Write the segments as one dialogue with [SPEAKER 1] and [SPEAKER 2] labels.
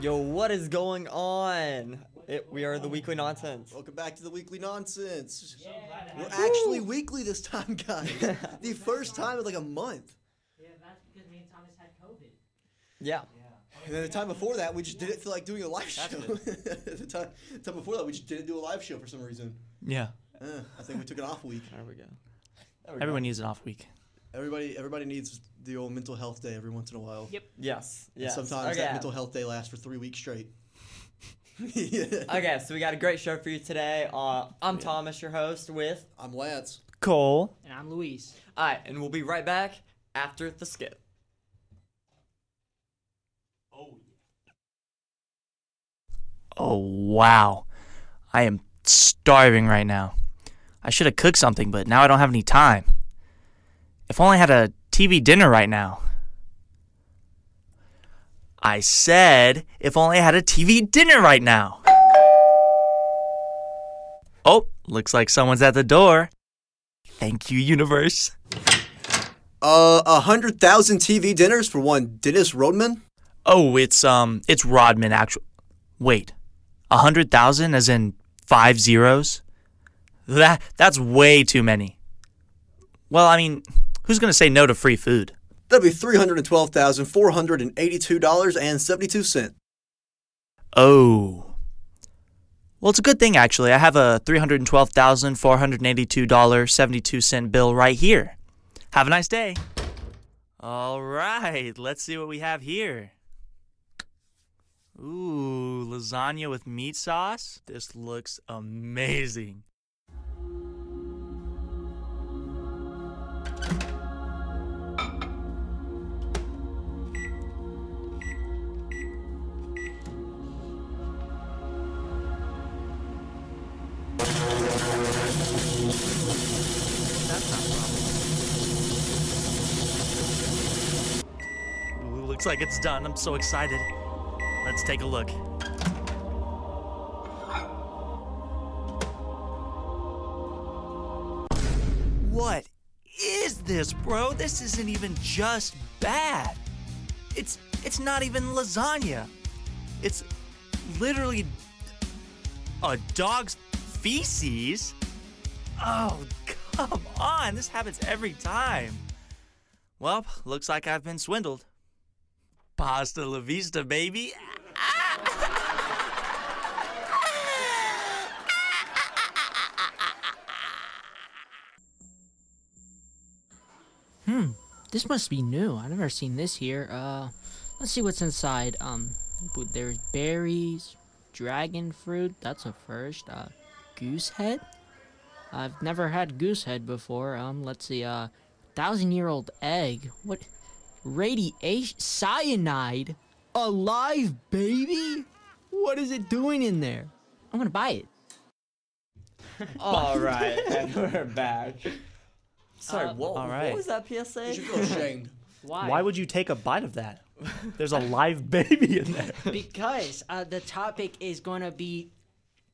[SPEAKER 1] Yo, what is going on? It, we are the Weekly Nonsense.
[SPEAKER 2] Welcome back to the Weekly Nonsense. We're actually weekly this time, guys. the first time in like a month.
[SPEAKER 3] Yeah, that's because me and Thomas had COVID.
[SPEAKER 1] Yeah.
[SPEAKER 2] And then the time before that, we just didn't feel like doing a live show. the time, the time before that, we just didn't do a live show for some reason.
[SPEAKER 4] Yeah.
[SPEAKER 2] Eh, I think we took an off week.
[SPEAKER 1] There we go.
[SPEAKER 2] There we go.
[SPEAKER 4] Everyone needs an off week.
[SPEAKER 2] everybody, everybody needs the old mental health day every once in a while.
[SPEAKER 3] Yep.
[SPEAKER 1] Yes.
[SPEAKER 2] And
[SPEAKER 1] Yes.
[SPEAKER 2] Sometimes
[SPEAKER 1] okay.
[SPEAKER 2] that mental health day lasts for three weeks straight. Yeah.
[SPEAKER 1] Okay, so we got a great show for you today. Uh, I'm Thomas, your host, with.
[SPEAKER 2] I'm Lance.
[SPEAKER 4] Cole.
[SPEAKER 3] And I'm Luis.
[SPEAKER 1] All right, and we'll be right back after the skip.
[SPEAKER 4] Oh, wow. I am starving right now. I should have cooked something, but now I don't have any time. If only I had a TV dinner right now. I said, if only I had a TV dinner right now. Oh, looks like someone's at the door. Thank you, universe.
[SPEAKER 2] Uh, a hundred thousand TV dinners for one Dennis Rodman.
[SPEAKER 4] Oh, it's um, it's Rodman. Actual. Wait, a hundred thousand, as in five zeros. That that's way too many. Well, I mean, who's gonna say no to free food?
[SPEAKER 2] That'd be three hundred and twelve thousand four hundred and eighty-two dollars and seventy-two cent.
[SPEAKER 4] Oh. Well, it's a good thing actually. I have a three hundred twelve thousand four hundred eighty-two dollar seventy-two cent bill right here. Have a nice day. All right, let's see what we have here. Ooh, lasagna with meat sauce. This looks amazing. Ooh, looks like it's done. I'm so excited. Let's take a look. What is this, bro? This isn't even just bad. It's it's not even lasagna. It's literally a dog's feces. Oh, come on. This happens every time. Well, looks like I've been swindled. Pasta la vista, baby.
[SPEAKER 3] This must be new. I've never seen this here. Uh, let's see what's inside. Um, ooh, there's berries, dragon fruit. That's a first. Uh, goose head. I've never had goose head before. Um, let's see. Uh, thousand year old egg. What? Radiation cyanide. Alive, baby. What is it doing in there? I'm gonna buy it.
[SPEAKER 1] All right, and we're back. Sorry,
[SPEAKER 3] Uh,
[SPEAKER 1] what,
[SPEAKER 4] All
[SPEAKER 1] what
[SPEAKER 4] right.
[SPEAKER 1] was that PSA?
[SPEAKER 2] You should feel ashamed.
[SPEAKER 3] Why?
[SPEAKER 4] would you take a bite of that? There's a live baby in there.
[SPEAKER 3] because uh, the topic is gonna be,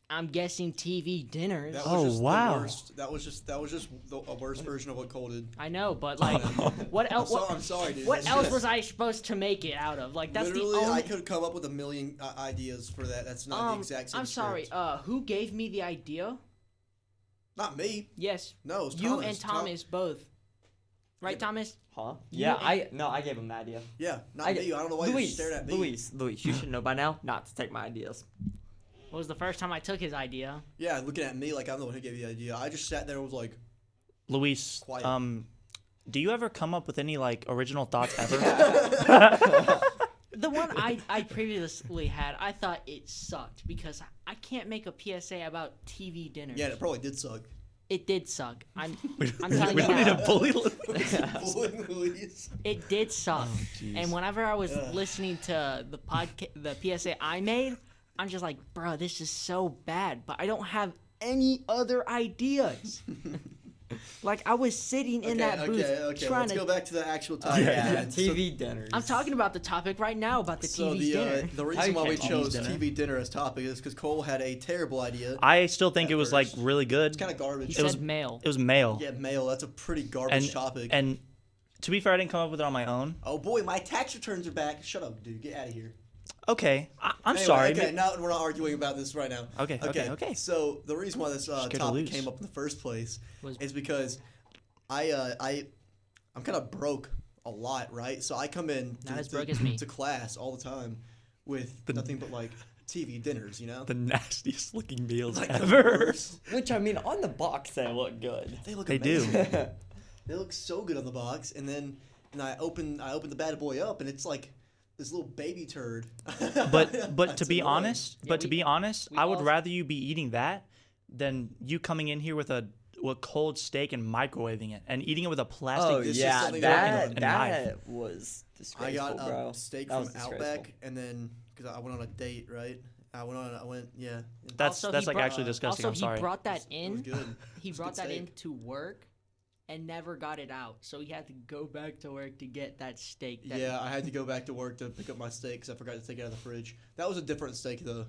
[SPEAKER 3] I'm guessing TV dinners.
[SPEAKER 2] That was
[SPEAKER 4] Oh,
[SPEAKER 2] just the
[SPEAKER 4] wow.
[SPEAKER 2] worst- That was just that was just the, a worse version of what Cole did.
[SPEAKER 3] I know, but like, what
[SPEAKER 2] I'm,
[SPEAKER 3] else?
[SPEAKER 2] so,
[SPEAKER 3] What,
[SPEAKER 2] I'm sorry, dude.
[SPEAKER 3] what
[SPEAKER 2] That's
[SPEAKER 3] else
[SPEAKER 2] just-
[SPEAKER 3] was I supposed to make it out of? Like, that's
[SPEAKER 2] Literally,
[SPEAKER 3] the only.
[SPEAKER 2] I could come up with a million uh, ideas for that. That's not the
[SPEAKER 3] um,
[SPEAKER 2] exact same.
[SPEAKER 3] I'm sorry.
[SPEAKER 2] script.
[SPEAKER 3] Uh, who gave me the idea?
[SPEAKER 2] not me.
[SPEAKER 3] Yes,
[SPEAKER 2] No, it's
[SPEAKER 3] you
[SPEAKER 2] Thomas.
[SPEAKER 3] and
[SPEAKER 2] Tom-
[SPEAKER 3] Thomas both. Right, Thomas?
[SPEAKER 1] Huh? Yeah,
[SPEAKER 3] You-
[SPEAKER 1] I no, I gave him the idea.
[SPEAKER 2] Yeah, not
[SPEAKER 1] I,
[SPEAKER 2] me. I don't know why
[SPEAKER 1] Luis,
[SPEAKER 2] you're staring at me.
[SPEAKER 1] Luis, Luis, you should know by now not to take my ideas.
[SPEAKER 3] What was the first time I took his idea?
[SPEAKER 2] Yeah, looking at me like I'm the one who gave you the idea. I just sat there and was like,
[SPEAKER 4] Luis,
[SPEAKER 2] Quiet.
[SPEAKER 4] um, do you ever come up with any like original thoughts ever?
[SPEAKER 3] The one I, I previously had, I thought it sucked because I can't make a PSA about TV dinners.
[SPEAKER 2] yeah, and it probably did suck.
[SPEAKER 3] It did suck. I'm, I'm
[SPEAKER 4] we
[SPEAKER 3] telling you
[SPEAKER 4] don't need
[SPEAKER 3] now.
[SPEAKER 4] to bully.
[SPEAKER 2] Boy, Luis.
[SPEAKER 3] It
[SPEAKER 2] Oh,
[SPEAKER 3] did suck.
[SPEAKER 4] jeez.
[SPEAKER 3] and whenever I was listening to the podcast, the PSA I made, I'm just like, bro, this is so bad. But I don't have any other ideas. like I was sitting in
[SPEAKER 2] Okay,
[SPEAKER 3] that booth
[SPEAKER 2] okay, okay.
[SPEAKER 3] trying
[SPEAKER 2] Let's
[SPEAKER 3] to.
[SPEAKER 2] go back to the actual
[SPEAKER 1] Oh,
[SPEAKER 2] topic.
[SPEAKER 1] yeah,
[SPEAKER 2] So-
[SPEAKER 1] TV dinners.
[SPEAKER 3] I'm talking about the topic right now about the
[SPEAKER 2] So
[SPEAKER 3] TV
[SPEAKER 2] the
[SPEAKER 3] dinner.
[SPEAKER 2] uh, the reason why we
[SPEAKER 1] can't
[SPEAKER 2] chose
[SPEAKER 1] TV dinner.
[SPEAKER 2] TV dinner as topic is because Cole had a terrible idea.
[SPEAKER 4] I still think
[SPEAKER 2] At
[SPEAKER 4] it was
[SPEAKER 2] first.
[SPEAKER 4] like really good.
[SPEAKER 2] It's kind of
[SPEAKER 3] he
[SPEAKER 2] garbage.
[SPEAKER 3] said
[SPEAKER 4] was-
[SPEAKER 3] male.
[SPEAKER 4] it was male.
[SPEAKER 2] yeah, mail. That's a pretty garbage
[SPEAKER 4] and
[SPEAKER 2] topic.
[SPEAKER 4] and to be fair, I didn't come up with it on my own.
[SPEAKER 2] oh boy, my tax returns are back. Shut up, dude. Get out of here.
[SPEAKER 4] Okay, I, I'm
[SPEAKER 2] Anyway,
[SPEAKER 4] sorry.
[SPEAKER 2] Okay, no, we're not arguing about this right now.
[SPEAKER 4] Okay, okay, okay.
[SPEAKER 2] So the reason why this uh,
[SPEAKER 4] Scared to
[SPEAKER 2] topic
[SPEAKER 4] lose.
[SPEAKER 2] came up in the first place
[SPEAKER 3] Was-
[SPEAKER 2] is because I uh, I I'm kind of broke a lot, right? So I come in
[SPEAKER 3] Not
[SPEAKER 2] to,
[SPEAKER 3] as
[SPEAKER 2] to-
[SPEAKER 3] broke as me.
[SPEAKER 2] to class all the time with nothing but like TV dinners, you know.
[SPEAKER 4] The nastiest looking meals
[SPEAKER 2] Like, the
[SPEAKER 4] ever.
[SPEAKER 2] worst.
[SPEAKER 1] Which I mean, on the box they look good.
[SPEAKER 2] They look
[SPEAKER 4] They do.
[SPEAKER 2] amazing. They look so good on the box, and then and I open I open the bad boy up, and it's like this little baby turd.
[SPEAKER 4] But but to
[SPEAKER 2] It's
[SPEAKER 4] be
[SPEAKER 2] annoying.
[SPEAKER 4] honest, but to
[SPEAKER 3] we-
[SPEAKER 4] be honest, I would
[SPEAKER 3] all-
[SPEAKER 4] rather you be eating that than you coming in here with a with cold steak and microwaving it and eating it with a plastic.
[SPEAKER 1] Oh
[SPEAKER 2] this is
[SPEAKER 1] yeah,
[SPEAKER 2] something that-
[SPEAKER 1] that
[SPEAKER 4] and a knife.
[SPEAKER 1] that was
[SPEAKER 2] I
[SPEAKER 1] disgraceful,
[SPEAKER 2] got
[SPEAKER 1] bro.
[SPEAKER 2] a steak
[SPEAKER 1] That
[SPEAKER 2] from
[SPEAKER 1] was
[SPEAKER 2] Outback,
[SPEAKER 1] disgraceful.
[SPEAKER 2] and then because I went on a date, right? I went on. I went. Yeah. and
[SPEAKER 4] That's
[SPEAKER 3] Also, he
[SPEAKER 4] that's like
[SPEAKER 3] brought-
[SPEAKER 4] actually disgusting.
[SPEAKER 3] Also,
[SPEAKER 4] I'm sorry.
[SPEAKER 3] he brought that
[SPEAKER 2] It was
[SPEAKER 3] in.
[SPEAKER 2] good.
[SPEAKER 3] He
[SPEAKER 2] It was
[SPEAKER 3] brought
[SPEAKER 2] good
[SPEAKER 3] that
[SPEAKER 2] steak.
[SPEAKER 3] into work and never got it out. So he had to go back to work to get that steak. That
[SPEAKER 2] Yeah, I had to go back to work to pick up my steak because I forgot to take it out of the fridge. That was a different steak though.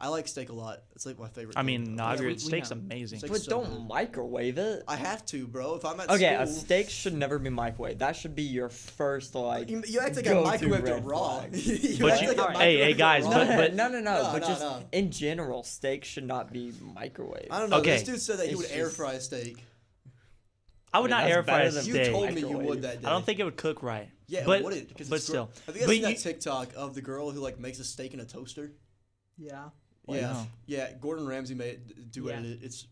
[SPEAKER 2] I like steak a lot. It's like my favorite.
[SPEAKER 4] I
[SPEAKER 2] thing.
[SPEAKER 4] mean, no, I
[SPEAKER 3] Yeah, we-
[SPEAKER 4] agree.
[SPEAKER 3] we
[SPEAKER 4] steak's
[SPEAKER 3] know.
[SPEAKER 4] amazing.
[SPEAKER 2] Steak-
[SPEAKER 1] But
[SPEAKER 2] so
[SPEAKER 1] don't
[SPEAKER 2] good.
[SPEAKER 1] microwave it.
[SPEAKER 2] I have to, bro. If I'm at
[SPEAKER 1] Okay, a
[SPEAKER 2] school-
[SPEAKER 1] steak should never be microwaved. That should be your first like.
[SPEAKER 2] You, you act like
[SPEAKER 1] go-to
[SPEAKER 2] I microwaved it
[SPEAKER 1] red
[SPEAKER 2] raw.
[SPEAKER 1] flag.
[SPEAKER 2] you
[SPEAKER 4] But
[SPEAKER 2] act
[SPEAKER 4] you-
[SPEAKER 2] like I
[SPEAKER 3] alright.
[SPEAKER 4] Hey, hey,
[SPEAKER 2] microwaved it
[SPEAKER 4] guys,
[SPEAKER 2] raw.
[SPEAKER 1] No,
[SPEAKER 4] but-
[SPEAKER 1] no, no, no,
[SPEAKER 2] No,
[SPEAKER 1] But
[SPEAKER 2] no,
[SPEAKER 1] just
[SPEAKER 2] no.
[SPEAKER 1] in general, steak should not be microwaved.
[SPEAKER 2] I don't know. This
[SPEAKER 4] Okay.
[SPEAKER 2] dude said that he
[SPEAKER 1] It's
[SPEAKER 2] would air
[SPEAKER 1] just-
[SPEAKER 2] fry a steak.
[SPEAKER 4] I would
[SPEAKER 1] I mean,
[SPEAKER 4] not
[SPEAKER 1] that's
[SPEAKER 4] air fry
[SPEAKER 1] better
[SPEAKER 4] a
[SPEAKER 1] than
[SPEAKER 2] You
[SPEAKER 4] steak.
[SPEAKER 2] told me you
[SPEAKER 1] Microwave.
[SPEAKER 2] would that day.
[SPEAKER 4] I don't think it would cook right.
[SPEAKER 2] Yeah,
[SPEAKER 4] but
[SPEAKER 2] it wouldn't. Because
[SPEAKER 4] but
[SPEAKER 2] it's gro-
[SPEAKER 4] still,
[SPEAKER 2] have you guys
[SPEAKER 4] but
[SPEAKER 2] seen
[SPEAKER 4] you-
[SPEAKER 2] that TikTok of the girl who like makes a steak in a toaster?
[SPEAKER 3] yeah.
[SPEAKER 4] Well,
[SPEAKER 2] yeah,
[SPEAKER 4] no.
[SPEAKER 2] yeah. Gordon Ramsay made d- do
[SPEAKER 3] Yeah.
[SPEAKER 2] it. and It's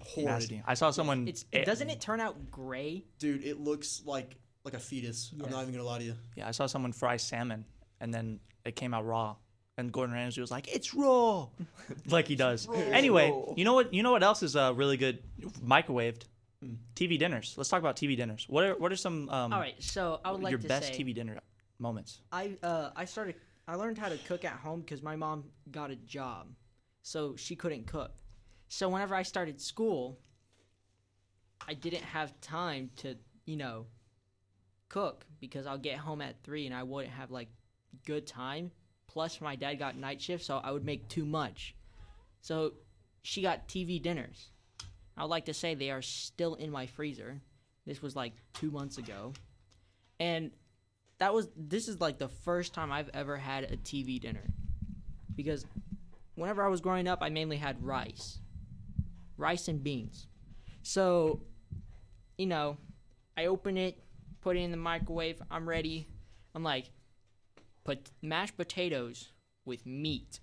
[SPEAKER 2] horrid,
[SPEAKER 4] nasty. I saw someone.
[SPEAKER 3] It's doesn't it turn out gray?
[SPEAKER 2] dude. It looks like like a fetus.
[SPEAKER 3] Yeah.
[SPEAKER 2] I'm not even gonna lie to you.
[SPEAKER 4] Yeah, I saw someone fry salmon and then it came out raw. And Gordon Ramsay was like, "It's raw," like he does. Anyway,
[SPEAKER 1] raw.
[SPEAKER 4] you know what? You know what else is uh, really good microwaved? TV dinners. Let's talk about TV dinners. What are what are some um,
[SPEAKER 3] All right, so I would like
[SPEAKER 4] your
[SPEAKER 3] to
[SPEAKER 4] best
[SPEAKER 3] say
[SPEAKER 4] TV dinner moments?
[SPEAKER 3] I uh I started I learned how to cook at home because my mom got a job, so she couldn't cook. So whenever I started school, I didn't have time to you know cook because I'll get home at three and I wouldn't have like good time. Plus my dad got night shift, so I would make too much. So she got TV dinners. I would like to say they are still in my freezer. This was like two months ago, and that was this is like the first time I've ever had a TV dinner. Because whenever I was growing up, I mainly had rice. Rice and beans. So, you know, I open it, put it in the microwave, I'm ready. I'm like put mashed potatoes with meat.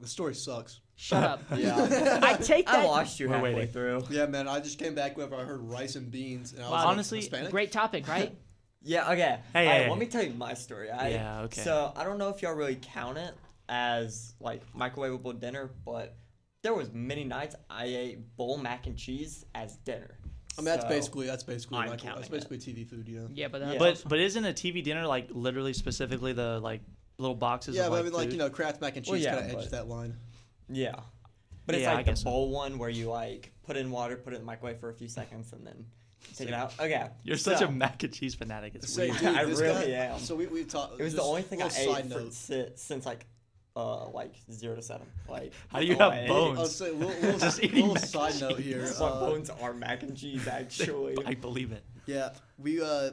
[SPEAKER 2] The story sucks.
[SPEAKER 3] Shut up.
[SPEAKER 1] Yeah,
[SPEAKER 3] I take
[SPEAKER 1] I
[SPEAKER 3] that
[SPEAKER 1] lost you
[SPEAKER 4] We're
[SPEAKER 1] halfway
[SPEAKER 4] waiting.
[SPEAKER 1] through.
[SPEAKER 2] Yeah, man. I just came back whenever I heard rice and beans, and I was
[SPEAKER 3] Wow.
[SPEAKER 2] like,
[SPEAKER 4] Honestly,
[SPEAKER 2] Hispanic?
[SPEAKER 3] great topic, right?
[SPEAKER 1] Yeah, okay.
[SPEAKER 4] Hey,
[SPEAKER 1] Alright,
[SPEAKER 4] hey,
[SPEAKER 1] let
[SPEAKER 4] hey.
[SPEAKER 1] me tell you my story. I,
[SPEAKER 4] Yeah, okay.
[SPEAKER 1] So I don't know if y'all really count it as like microwavable dinner, but there was many nights I ate bowl mac and cheese as dinner.
[SPEAKER 2] I mean, that's
[SPEAKER 1] So-
[SPEAKER 2] basically that's basically
[SPEAKER 1] I'm
[SPEAKER 2] like,
[SPEAKER 1] counting
[SPEAKER 2] that's basically TV food, yeah.
[SPEAKER 3] yeah, but that's
[SPEAKER 1] Yeah.
[SPEAKER 4] But but isn't a TV dinner like literally specifically the like little boxes?
[SPEAKER 2] Yeah,
[SPEAKER 4] of,
[SPEAKER 2] but
[SPEAKER 4] like,
[SPEAKER 2] I mean, like
[SPEAKER 4] food?
[SPEAKER 2] you know, Kraft mac and cheese
[SPEAKER 1] Well, yeah,
[SPEAKER 2] kind of
[SPEAKER 1] but-
[SPEAKER 2] edged that line.
[SPEAKER 1] Yeah. But it's
[SPEAKER 4] Yeah, I
[SPEAKER 1] like the
[SPEAKER 4] guess so.
[SPEAKER 1] bowl one where you like put in water, put it in the microwave for a few seconds, and then take it out. Okay.
[SPEAKER 4] you're such
[SPEAKER 1] so,
[SPEAKER 4] a mac and cheese fanatic. It's
[SPEAKER 2] So,
[SPEAKER 4] weird.
[SPEAKER 2] dude,
[SPEAKER 1] I
[SPEAKER 2] this
[SPEAKER 1] really
[SPEAKER 2] guy-
[SPEAKER 1] am.
[SPEAKER 2] So we we talked.
[SPEAKER 1] It was the
[SPEAKER 2] just
[SPEAKER 1] only thing I
[SPEAKER 2] little
[SPEAKER 1] ate
[SPEAKER 2] side
[SPEAKER 1] for,
[SPEAKER 2] note.
[SPEAKER 1] since, since like uh like zero to seven. Like
[SPEAKER 4] How do
[SPEAKER 1] that's
[SPEAKER 4] you
[SPEAKER 1] all
[SPEAKER 4] have
[SPEAKER 1] I ate.
[SPEAKER 4] bones?
[SPEAKER 2] I'll say little, little,
[SPEAKER 4] Just eating
[SPEAKER 2] little
[SPEAKER 4] mac and
[SPEAKER 2] side note here.
[SPEAKER 1] That's why
[SPEAKER 2] Uh,
[SPEAKER 1] bones are mac and cheese actually.
[SPEAKER 4] I believe it.
[SPEAKER 2] Yeah, we uh,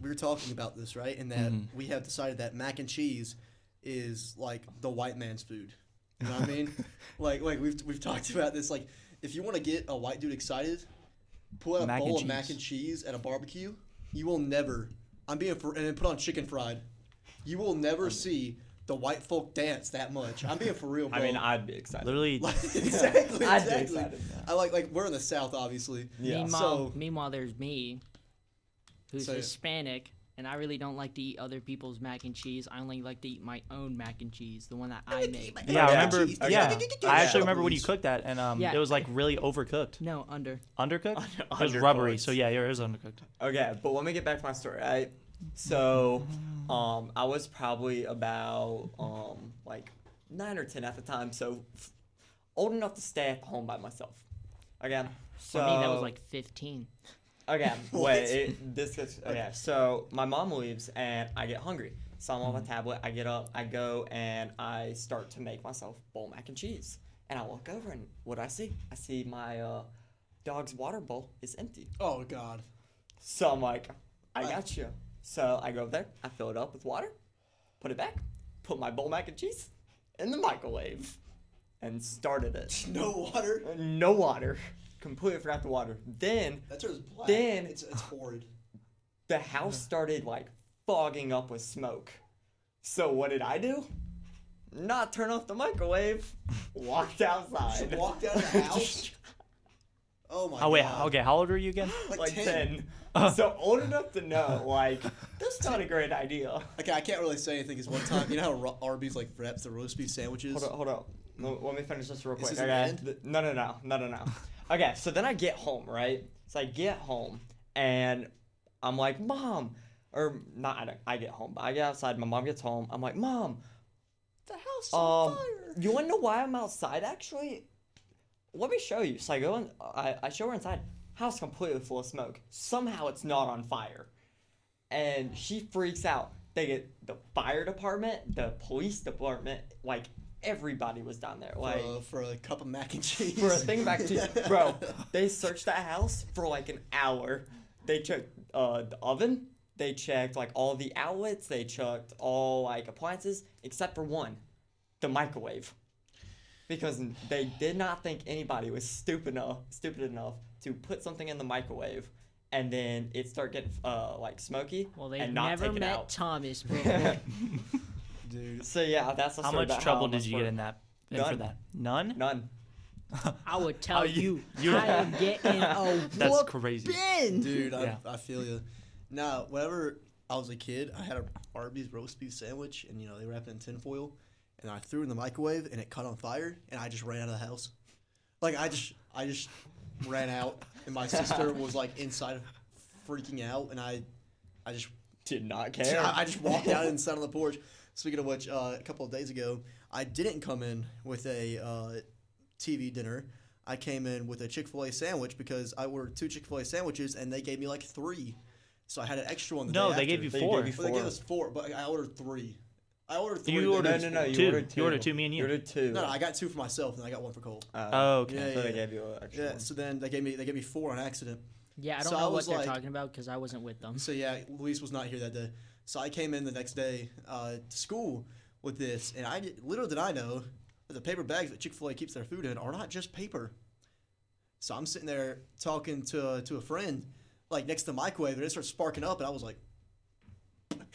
[SPEAKER 2] we were talking about this, right? And that
[SPEAKER 4] Mm-hmm.
[SPEAKER 2] we have decided that mac and cheese is like the white man's food. You know what I mean? like, like we've we've talked about this. Like, if you want to get a white dude excited, pull out a
[SPEAKER 4] Mac and
[SPEAKER 2] bowl of mac
[SPEAKER 4] cheese.
[SPEAKER 2] and cheese at a barbecue. You will never. I'm being for and then put on chicken fried. You will never see the white folk dance that much. I'm being for real. Bro.
[SPEAKER 1] I mean, I'd be excited.
[SPEAKER 4] Literally,
[SPEAKER 2] exactly.
[SPEAKER 1] I'd be
[SPEAKER 2] exactly.
[SPEAKER 1] excited, yeah.
[SPEAKER 2] I like like we're in the South, obviously.
[SPEAKER 1] Yeah.
[SPEAKER 3] Meanwhile,
[SPEAKER 2] So-
[SPEAKER 3] meanwhile, there's me, who's
[SPEAKER 2] So-
[SPEAKER 3] Hispanic, and I really don't like to eat other people's mac and cheese. I only like to eat my own mac and cheese, the one that I make.
[SPEAKER 4] Yeah, I
[SPEAKER 1] Yeah.
[SPEAKER 4] remember.
[SPEAKER 1] Cheese. Okay.
[SPEAKER 4] Yeah, I
[SPEAKER 1] Yeah.
[SPEAKER 4] actually remember when you cooked that, and um,
[SPEAKER 3] Yeah.
[SPEAKER 4] it was like really overcooked,
[SPEAKER 3] No, under.
[SPEAKER 4] undercooked.
[SPEAKER 1] Under-
[SPEAKER 4] it was rubbery.
[SPEAKER 1] undercooked.
[SPEAKER 4] So yeah, yeah, it was undercooked.
[SPEAKER 1] Okay, but let me get back to my story. I so um I was probably about um like nine or ten at the time, so f- old enough to stay at home by myself. Again, so
[SPEAKER 3] For me, that was like 15.
[SPEAKER 1] okay. wait, it, this gets okay. So my mom leaves and I get hungry. So I'm on my
[SPEAKER 3] Mm-hmm.
[SPEAKER 1] tablet. I get up. I go and I start to make myself bowl mac and cheese. And I look over and what do I see? I see my uh, dog's water bowl is empty.
[SPEAKER 2] Oh God.
[SPEAKER 1] So I'm like, I got you. So I go over there, I fill it up with water, put it back, put my bowl mac and cheese in the microwave, and started it.
[SPEAKER 2] No water.
[SPEAKER 1] No water. Completely forgot the water. Then
[SPEAKER 2] That turns black.
[SPEAKER 1] Then-
[SPEAKER 2] it's it's horrid.
[SPEAKER 1] the house started like fogging up with smoke. So what did I do? Not turn off the microwave. Walked
[SPEAKER 2] Just
[SPEAKER 1] outside.
[SPEAKER 2] walked out of the house. Oh my.
[SPEAKER 4] Oh wait,
[SPEAKER 2] God.
[SPEAKER 4] okay. How old were you again?
[SPEAKER 2] Like,
[SPEAKER 1] Like
[SPEAKER 2] 10.
[SPEAKER 1] 10. So old enough to know, like, that's not a great idea.
[SPEAKER 2] Okay, I can't really say anything. Cause one time, you know how Ro- Arby's like wraps the roast beef sandwiches.
[SPEAKER 1] Hold up, hold up. Let, let me finish this real quick.
[SPEAKER 2] this the
[SPEAKER 1] okay.
[SPEAKER 2] end?
[SPEAKER 1] Th- No, no, no, no, no, no. okay, so then I get home, right? So I get home and I'm like, Mom, or not, I, don't, I get home, but I get outside. My mom gets home. I'm like, Mom,
[SPEAKER 5] The house
[SPEAKER 1] um, you want to know why I'm outside actually? Let me show you. So I go in, I, I show her inside. House completely full of smoke. Somehow it's not on fire. And she freaks out. They get the fire department, the police department, like everybody was down there. Like
[SPEAKER 2] uh, for a cup of mac and cheese.
[SPEAKER 1] for a thing back to bro. They searched that house for like an hour. They checked uh, the oven. They checked like all the outlets. They checked all like appliances except for one, the microwave, because they did not think anybody was stupid enough stupid enough to put something in the microwave and then it start getting uh, like smoky
[SPEAKER 3] Well, they've
[SPEAKER 1] and not
[SPEAKER 3] never
[SPEAKER 1] take it
[SPEAKER 3] met
[SPEAKER 1] out.
[SPEAKER 3] Thomas before.
[SPEAKER 2] Dude.
[SPEAKER 1] so yeah, that's the
[SPEAKER 4] How
[SPEAKER 1] story
[SPEAKER 4] much
[SPEAKER 1] about
[SPEAKER 4] trouble
[SPEAKER 1] I
[SPEAKER 4] did
[SPEAKER 1] almost
[SPEAKER 4] you get
[SPEAKER 1] went-
[SPEAKER 4] in that? in for
[SPEAKER 1] None.
[SPEAKER 4] that? None.
[SPEAKER 1] None.
[SPEAKER 3] I would tell you,
[SPEAKER 4] you-
[SPEAKER 3] I am getting a
[SPEAKER 4] That's crazy.
[SPEAKER 3] whooping.
[SPEAKER 2] Dude, I,
[SPEAKER 4] Yeah.
[SPEAKER 2] I feel you. Now, whenever I was a kid, I had a Arby's roast beef sandwich, and you know they wrapped it in tinfoil, and I threw it in the microwave, and it caught on fire, and I just ran out of the house. Like I just, I just ran out, and my sister was like inside, freaking out, and I, I just
[SPEAKER 1] Did not care.
[SPEAKER 2] I I just walked out and sat on the porch. Speaking of which, uh, a couple of days ago, I didn't come in with a uh, TV dinner. I came in with a Chick Fil A sandwich because I ordered two Chick Fil A sandwiches and they gave me like three, so I had an extra one. The
[SPEAKER 4] No,
[SPEAKER 2] day
[SPEAKER 4] they gave
[SPEAKER 2] after.
[SPEAKER 4] you
[SPEAKER 1] They
[SPEAKER 4] four.
[SPEAKER 1] gave you
[SPEAKER 2] Well, they gave
[SPEAKER 1] four.
[SPEAKER 2] us four, but I ordered three. I ordered three.
[SPEAKER 4] You
[SPEAKER 2] but-
[SPEAKER 4] ordered
[SPEAKER 1] No, no, no. You
[SPEAKER 4] Two.
[SPEAKER 1] ordered two.
[SPEAKER 4] You ordered two, me and you.
[SPEAKER 1] ordered two. uh,
[SPEAKER 2] No, no, I got two for myself and I got one for Cole.
[SPEAKER 4] Oh, okay.
[SPEAKER 2] Yeah,
[SPEAKER 1] So they
[SPEAKER 2] yeah.
[SPEAKER 1] gave you an extra
[SPEAKER 2] Yeah,
[SPEAKER 1] one.
[SPEAKER 2] so then they gave me they gave me four on accident.
[SPEAKER 3] Yeah, I don't
[SPEAKER 2] So I
[SPEAKER 3] know
[SPEAKER 2] was
[SPEAKER 3] what they're
[SPEAKER 2] like-
[SPEAKER 3] talking about because I wasn't with them.
[SPEAKER 2] So yeah, Luis was not here that day. So I came in the next day uh, to school with this, and I did- little did I know that the paper bags that Chick Fil A keeps their food in are not just paper. So I'm sitting there talking to to a friend, like next to the microwave, and it starts sparking up, and I was like.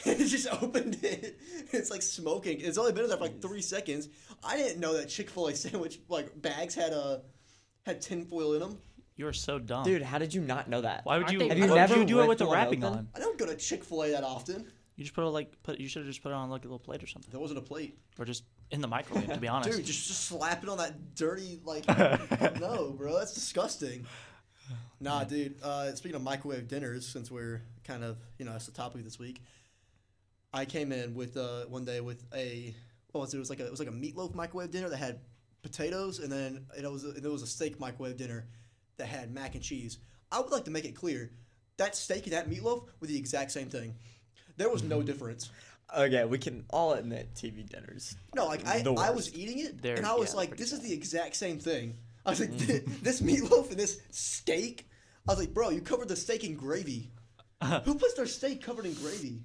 [SPEAKER 2] it just opened it. It's like smoking. It's only been in there for like three seconds. I didn't know that Chick Fil A sandwich like bags had a had tinfoil in them.
[SPEAKER 4] You're so dumb,
[SPEAKER 1] Dude, how did you not know that?
[SPEAKER 4] Why would
[SPEAKER 3] Aren't
[SPEAKER 4] you?
[SPEAKER 3] they-
[SPEAKER 4] Have
[SPEAKER 1] never
[SPEAKER 3] Have you
[SPEAKER 4] you why would you do it with
[SPEAKER 1] ripped
[SPEAKER 4] the
[SPEAKER 1] one
[SPEAKER 4] wrapping
[SPEAKER 1] open?
[SPEAKER 4] on?
[SPEAKER 2] I don't go to Chick Fil A that often.
[SPEAKER 4] You just put a, like put. You should have just put it on like a little plate or something,
[SPEAKER 2] There wasn't a plate.
[SPEAKER 4] or just in the microwave. To be honest,
[SPEAKER 2] Dude, just, just slap it on that dirty like. no, bro, that's disgusting. Nah, dude. Uh, speaking of microwave dinners, since we're kind of you know that's the topic this week, I came in with uh, one day with a what was it? It was like a it was like a meatloaf microwave dinner that had potatoes, and then it was a, it was a steak microwave dinner that had mac and cheese. I would like to make it clear that steak and that meatloaf were the exact same thing. There was no difference.
[SPEAKER 1] Okay, we can all admit TV dinners.
[SPEAKER 2] No, like I,
[SPEAKER 1] The
[SPEAKER 2] I was
[SPEAKER 1] worst.
[SPEAKER 2] eating it,
[SPEAKER 4] They're-
[SPEAKER 2] and I was
[SPEAKER 4] yeah,
[SPEAKER 2] like,
[SPEAKER 4] pretty Mm.
[SPEAKER 2] this is the exact same thing. I was like, "Th- this meatloaf and this steak. I was like, bro, you covered the steak in gravy. Who puts their steak covered in gravy?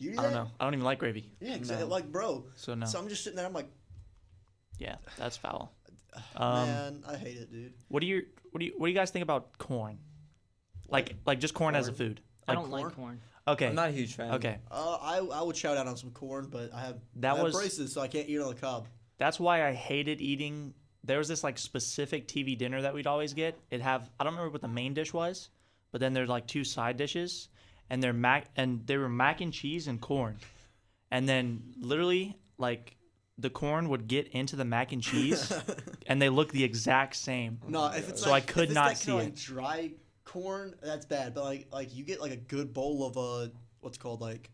[SPEAKER 2] Do you do
[SPEAKER 4] I don't
[SPEAKER 2] that?
[SPEAKER 4] know. I don't even like gravy.
[SPEAKER 2] Yeah, exactly. Like, bro.
[SPEAKER 4] So, no.
[SPEAKER 2] So I'm just sitting there. I'm like,
[SPEAKER 4] Yeah, that's foul. Um,
[SPEAKER 2] man, I hate it, dude.
[SPEAKER 4] What do you what do you what do you guys think about corn? Like like just corn, as a food.
[SPEAKER 3] I
[SPEAKER 4] Like,
[SPEAKER 3] don't like corn.
[SPEAKER 4] Okay.
[SPEAKER 1] I'm not a huge fan.
[SPEAKER 4] okay.
[SPEAKER 2] Uh, I I would shout out on some corn, but I have
[SPEAKER 4] That
[SPEAKER 2] I have
[SPEAKER 4] was-
[SPEAKER 2] braces, so I can't eat on the cob.
[SPEAKER 4] That's why I hated eating. There was this like specific TV dinner that we'd always get. It would have I don't remember what the main dish was, but then there's like two side dishes, and their mac and they were mac and cheese and corn, and then literally like the corn would get into the mac and cheese, and they look the exact same.
[SPEAKER 2] No, if it's
[SPEAKER 4] So
[SPEAKER 2] like,
[SPEAKER 4] I could
[SPEAKER 2] if it's
[SPEAKER 4] not
[SPEAKER 2] that
[SPEAKER 4] see
[SPEAKER 2] kind
[SPEAKER 4] it.
[SPEAKER 2] Of like dry corn, that's bad. But like, like you get like a good bowl of uh, what's it called like,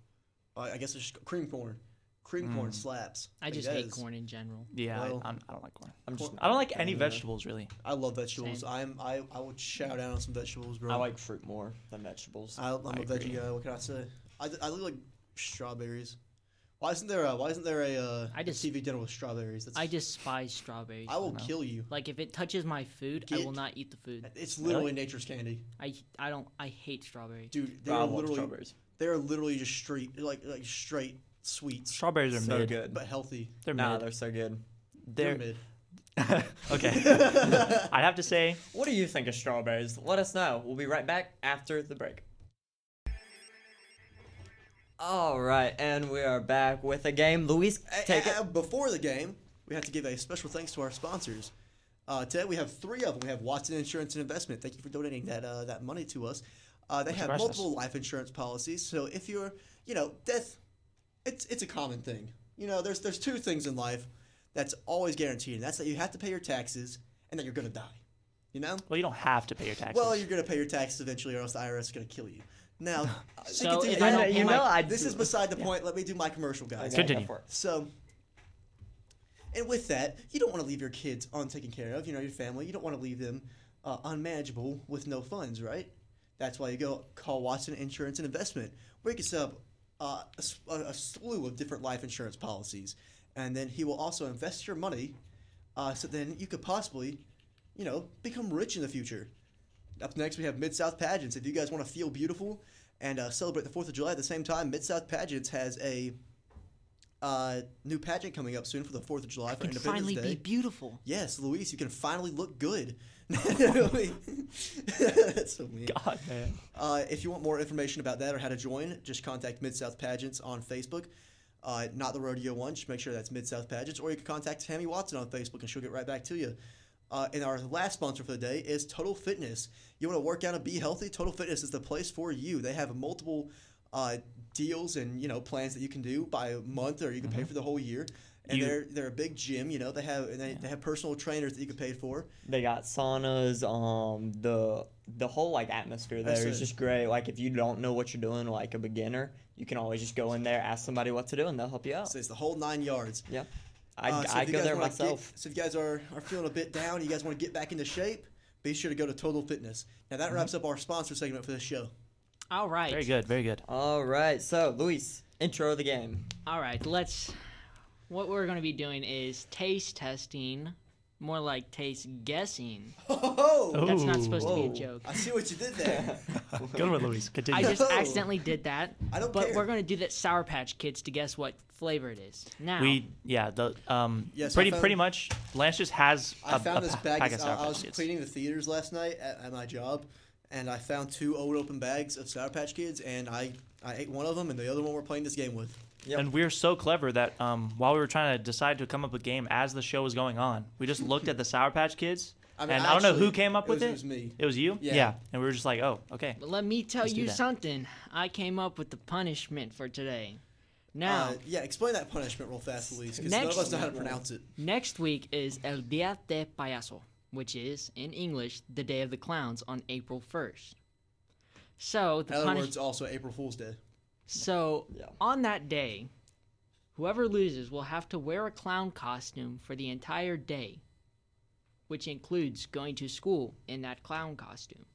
[SPEAKER 2] uh, I guess it's just cream corn. Cream corn slaps.
[SPEAKER 3] Mm. I
[SPEAKER 2] Like,
[SPEAKER 3] just
[SPEAKER 2] that
[SPEAKER 3] hate
[SPEAKER 2] is-
[SPEAKER 3] corn in general.
[SPEAKER 4] Yeah,
[SPEAKER 2] Well-
[SPEAKER 4] I, I'm, I don't like corn.
[SPEAKER 1] I'm just
[SPEAKER 4] I don't like any vegetables really.
[SPEAKER 2] I love vegetables.
[SPEAKER 3] Same.
[SPEAKER 2] I'm I I would shout out on some vegetables, bro.
[SPEAKER 1] I like fruit more than vegetables.
[SPEAKER 2] I, I'm a veggie guy. What can I say? I, I look like strawberries. Why isn't there a Why isn't there a, uh,
[SPEAKER 3] I
[SPEAKER 2] a
[SPEAKER 3] just-
[SPEAKER 2] TV dinner with strawberries? That's,
[SPEAKER 3] I despise strawberries.
[SPEAKER 2] I will kill you.
[SPEAKER 3] Like if it touches my food, I
[SPEAKER 2] Get-
[SPEAKER 3] will not eat the food.
[SPEAKER 2] It's literally nature's candy,
[SPEAKER 3] I I don't. I hate strawberries.
[SPEAKER 2] dude. They
[SPEAKER 1] I
[SPEAKER 2] are
[SPEAKER 1] love
[SPEAKER 2] literally
[SPEAKER 1] strawberries.
[SPEAKER 2] they are literally just straight like like straight sweets,
[SPEAKER 4] Strawberries are
[SPEAKER 1] So
[SPEAKER 4] mid.
[SPEAKER 1] good.
[SPEAKER 2] but healthy.
[SPEAKER 4] They're
[SPEAKER 1] nah,
[SPEAKER 4] mid.
[SPEAKER 1] they're so good.
[SPEAKER 2] They're,
[SPEAKER 4] They're,
[SPEAKER 2] mid.
[SPEAKER 4] okay. I'd have to say
[SPEAKER 1] What do you think of strawberries? Let us know. We'll be right back after the break. All right, and we are back with a game. Luis, take
[SPEAKER 2] Uh,
[SPEAKER 1] it.
[SPEAKER 2] uh, Before the game, we have to give a special thanks to our sponsors. Uh, today we have three of them. We have Watson Insurance and Investment. Thank you for donating that uh, that money to us. Uh, they have
[SPEAKER 4] process.
[SPEAKER 2] multiple life insurance policies. So if you're, you know, death, it's it's a common thing. You know, there's there's two things in life that's always guaranteed, and that's that you have to pay your taxes and that you're gonna die. You know.
[SPEAKER 4] well you don't have to pay your taxes.
[SPEAKER 2] Well, you're gonna pay your taxes eventually, or else the IRS is gonna kill you. Now, uh, to
[SPEAKER 3] So
[SPEAKER 2] continue-
[SPEAKER 3] if I don't
[SPEAKER 1] You
[SPEAKER 3] pay
[SPEAKER 1] know
[SPEAKER 3] my-
[SPEAKER 1] I-
[SPEAKER 2] this is beside the point. Let me do my commercial, guys.
[SPEAKER 1] Okay, go
[SPEAKER 4] Continue.
[SPEAKER 1] for it.
[SPEAKER 2] So, and with that, you don't want to leave your kids untaken care of. You know, your family. You don't want to leave them uh, unmanageable with no funds, right? That's why you go call Watson Insurance and Investment, where you can set up uh, a, s- a- a slew of different life insurance policies, and then he will also invest your money, uh, so then you could possibly, you know, become rich in the future. Up next, we have Mid South Pageants. If you guys want to feel beautiful and uh, celebrate the Fourth of July at the same time, Mid South Pageants has a uh, new pageant coming up soon for the Fourth of July for
[SPEAKER 3] Can
[SPEAKER 2] Independence
[SPEAKER 3] finally
[SPEAKER 2] Day.
[SPEAKER 3] be beautiful.
[SPEAKER 2] Yes, Luis, you can finally look good. That's so mean.
[SPEAKER 4] God Oh, man.
[SPEAKER 2] Uh, if you want more information about that or how to join, just contact Mid South Pageants on Facebook. Uh, not the rodeo one. Just make sure that's Mid South Pageants, or you can contact Tammy Watson on Facebook, and she'll get right back to you. Uh, and our last sponsor for the day is Total Fitness. You want to work out and be healthy? Total Fitness is the place for you. They have multiple uh, deals and you know plans that you can do by month, or you can pay for the whole year. And
[SPEAKER 4] You-
[SPEAKER 2] they're they're a big gym. You know they have and they, they have personal trainers that you can pay for.
[SPEAKER 1] They got saunas. Um, the the whole like atmosphere there
[SPEAKER 2] That's
[SPEAKER 1] is
[SPEAKER 2] it.
[SPEAKER 1] just great. Like if you don't know what you're doing, like a beginner, you can always just go in there, ask somebody what to do, and they'll help you out.
[SPEAKER 2] So it's the whole nine yards.
[SPEAKER 1] Yeah, I
[SPEAKER 2] Uh, so
[SPEAKER 1] I
[SPEAKER 2] if you
[SPEAKER 1] go
[SPEAKER 2] guys
[SPEAKER 1] there
[SPEAKER 2] wanna
[SPEAKER 1] myself.
[SPEAKER 2] Get, so if you guys are, are feeling a bit down, you guys want to get back into shape, be sure to go to Total Fitness. Now
[SPEAKER 1] Mm-hmm.
[SPEAKER 2] that wraps up our sponsor segment for this show.
[SPEAKER 3] All right.
[SPEAKER 4] Very good, very good.
[SPEAKER 1] All right, so Luis, intro the game.
[SPEAKER 3] All right. Let's. What we're gonna be doing is taste testing, more like taste guessing.
[SPEAKER 2] Oh,
[SPEAKER 3] That's
[SPEAKER 4] Ooh.
[SPEAKER 3] not supposed to
[SPEAKER 1] Whoa.
[SPEAKER 3] be a joke.
[SPEAKER 2] I see what you did there.
[SPEAKER 4] Good one, Luis.
[SPEAKER 3] I
[SPEAKER 4] Continue.
[SPEAKER 3] just
[SPEAKER 2] No.
[SPEAKER 3] accidentally did that.
[SPEAKER 2] I don't
[SPEAKER 3] But
[SPEAKER 2] care.
[SPEAKER 3] we're gonna do that Sour Patch Kids to guess what flavor it is. Now
[SPEAKER 4] we yeah the um
[SPEAKER 2] Yes, I
[SPEAKER 4] pretty
[SPEAKER 2] found-
[SPEAKER 4] pretty much Lance just has a
[SPEAKER 2] I found
[SPEAKER 4] a
[SPEAKER 2] this
[SPEAKER 4] pa-
[SPEAKER 2] bag.
[SPEAKER 4] pack
[SPEAKER 2] Of,
[SPEAKER 4] of
[SPEAKER 2] I,
[SPEAKER 4] Sour
[SPEAKER 2] I
[SPEAKER 4] Patch
[SPEAKER 2] was
[SPEAKER 4] Kids.
[SPEAKER 2] cleaning the theaters last night at, at my job, and I found two old open bags of Sour Patch Kids, and I, I ate one of them, and the other one we're playing this game with.
[SPEAKER 1] Yep.
[SPEAKER 4] And we were so clever that um, while we were trying to decide to come up with a game as the show was going on, we just looked at the Sour Patch Kids.
[SPEAKER 2] I mean,
[SPEAKER 4] and I don't know who
[SPEAKER 2] actually,
[SPEAKER 4] came up
[SPEAKER 2] it was-
[SPEAKER 4] with it.
[SPEAKER 2] it was me.
[SPEAKER 4] It was you?
[SPEAKER 2] Yeah.
[SPEAKER 4] And we were just like, oh, okay.
[SPEAKER 3] But let me tell
[SPEAKER 4] Let's do
[SPEAKER 3] you
[SPEAKER 4] that.
[SPEAKER 3] something. I came up with the punishment for today. Now,
[SPEAKER 2] Uh, yeah, explain that punishment real fast, Elise, because none of
[SPEAKER 3] Next-
[SPEAKER 2] us know how to pronounce it.
[SPEAKER 3] next week is El Dia de Payaso, which is, in English, the Day of the Clowns on April 1st. So,
[SPEAKER 2] In
[SPEAKER 3] the
[SPEAKER 2] other
[SPEAKER 3] punish-
[SPEAKER 2] words, also April Fool's Day.
[SPEAKER 3] so
[SPEAKER 1] Yeah.
[SPEAKER 3] on that day, whoever loses will have to wear a clown costume for the entire day, which includes going to school in that clown costume.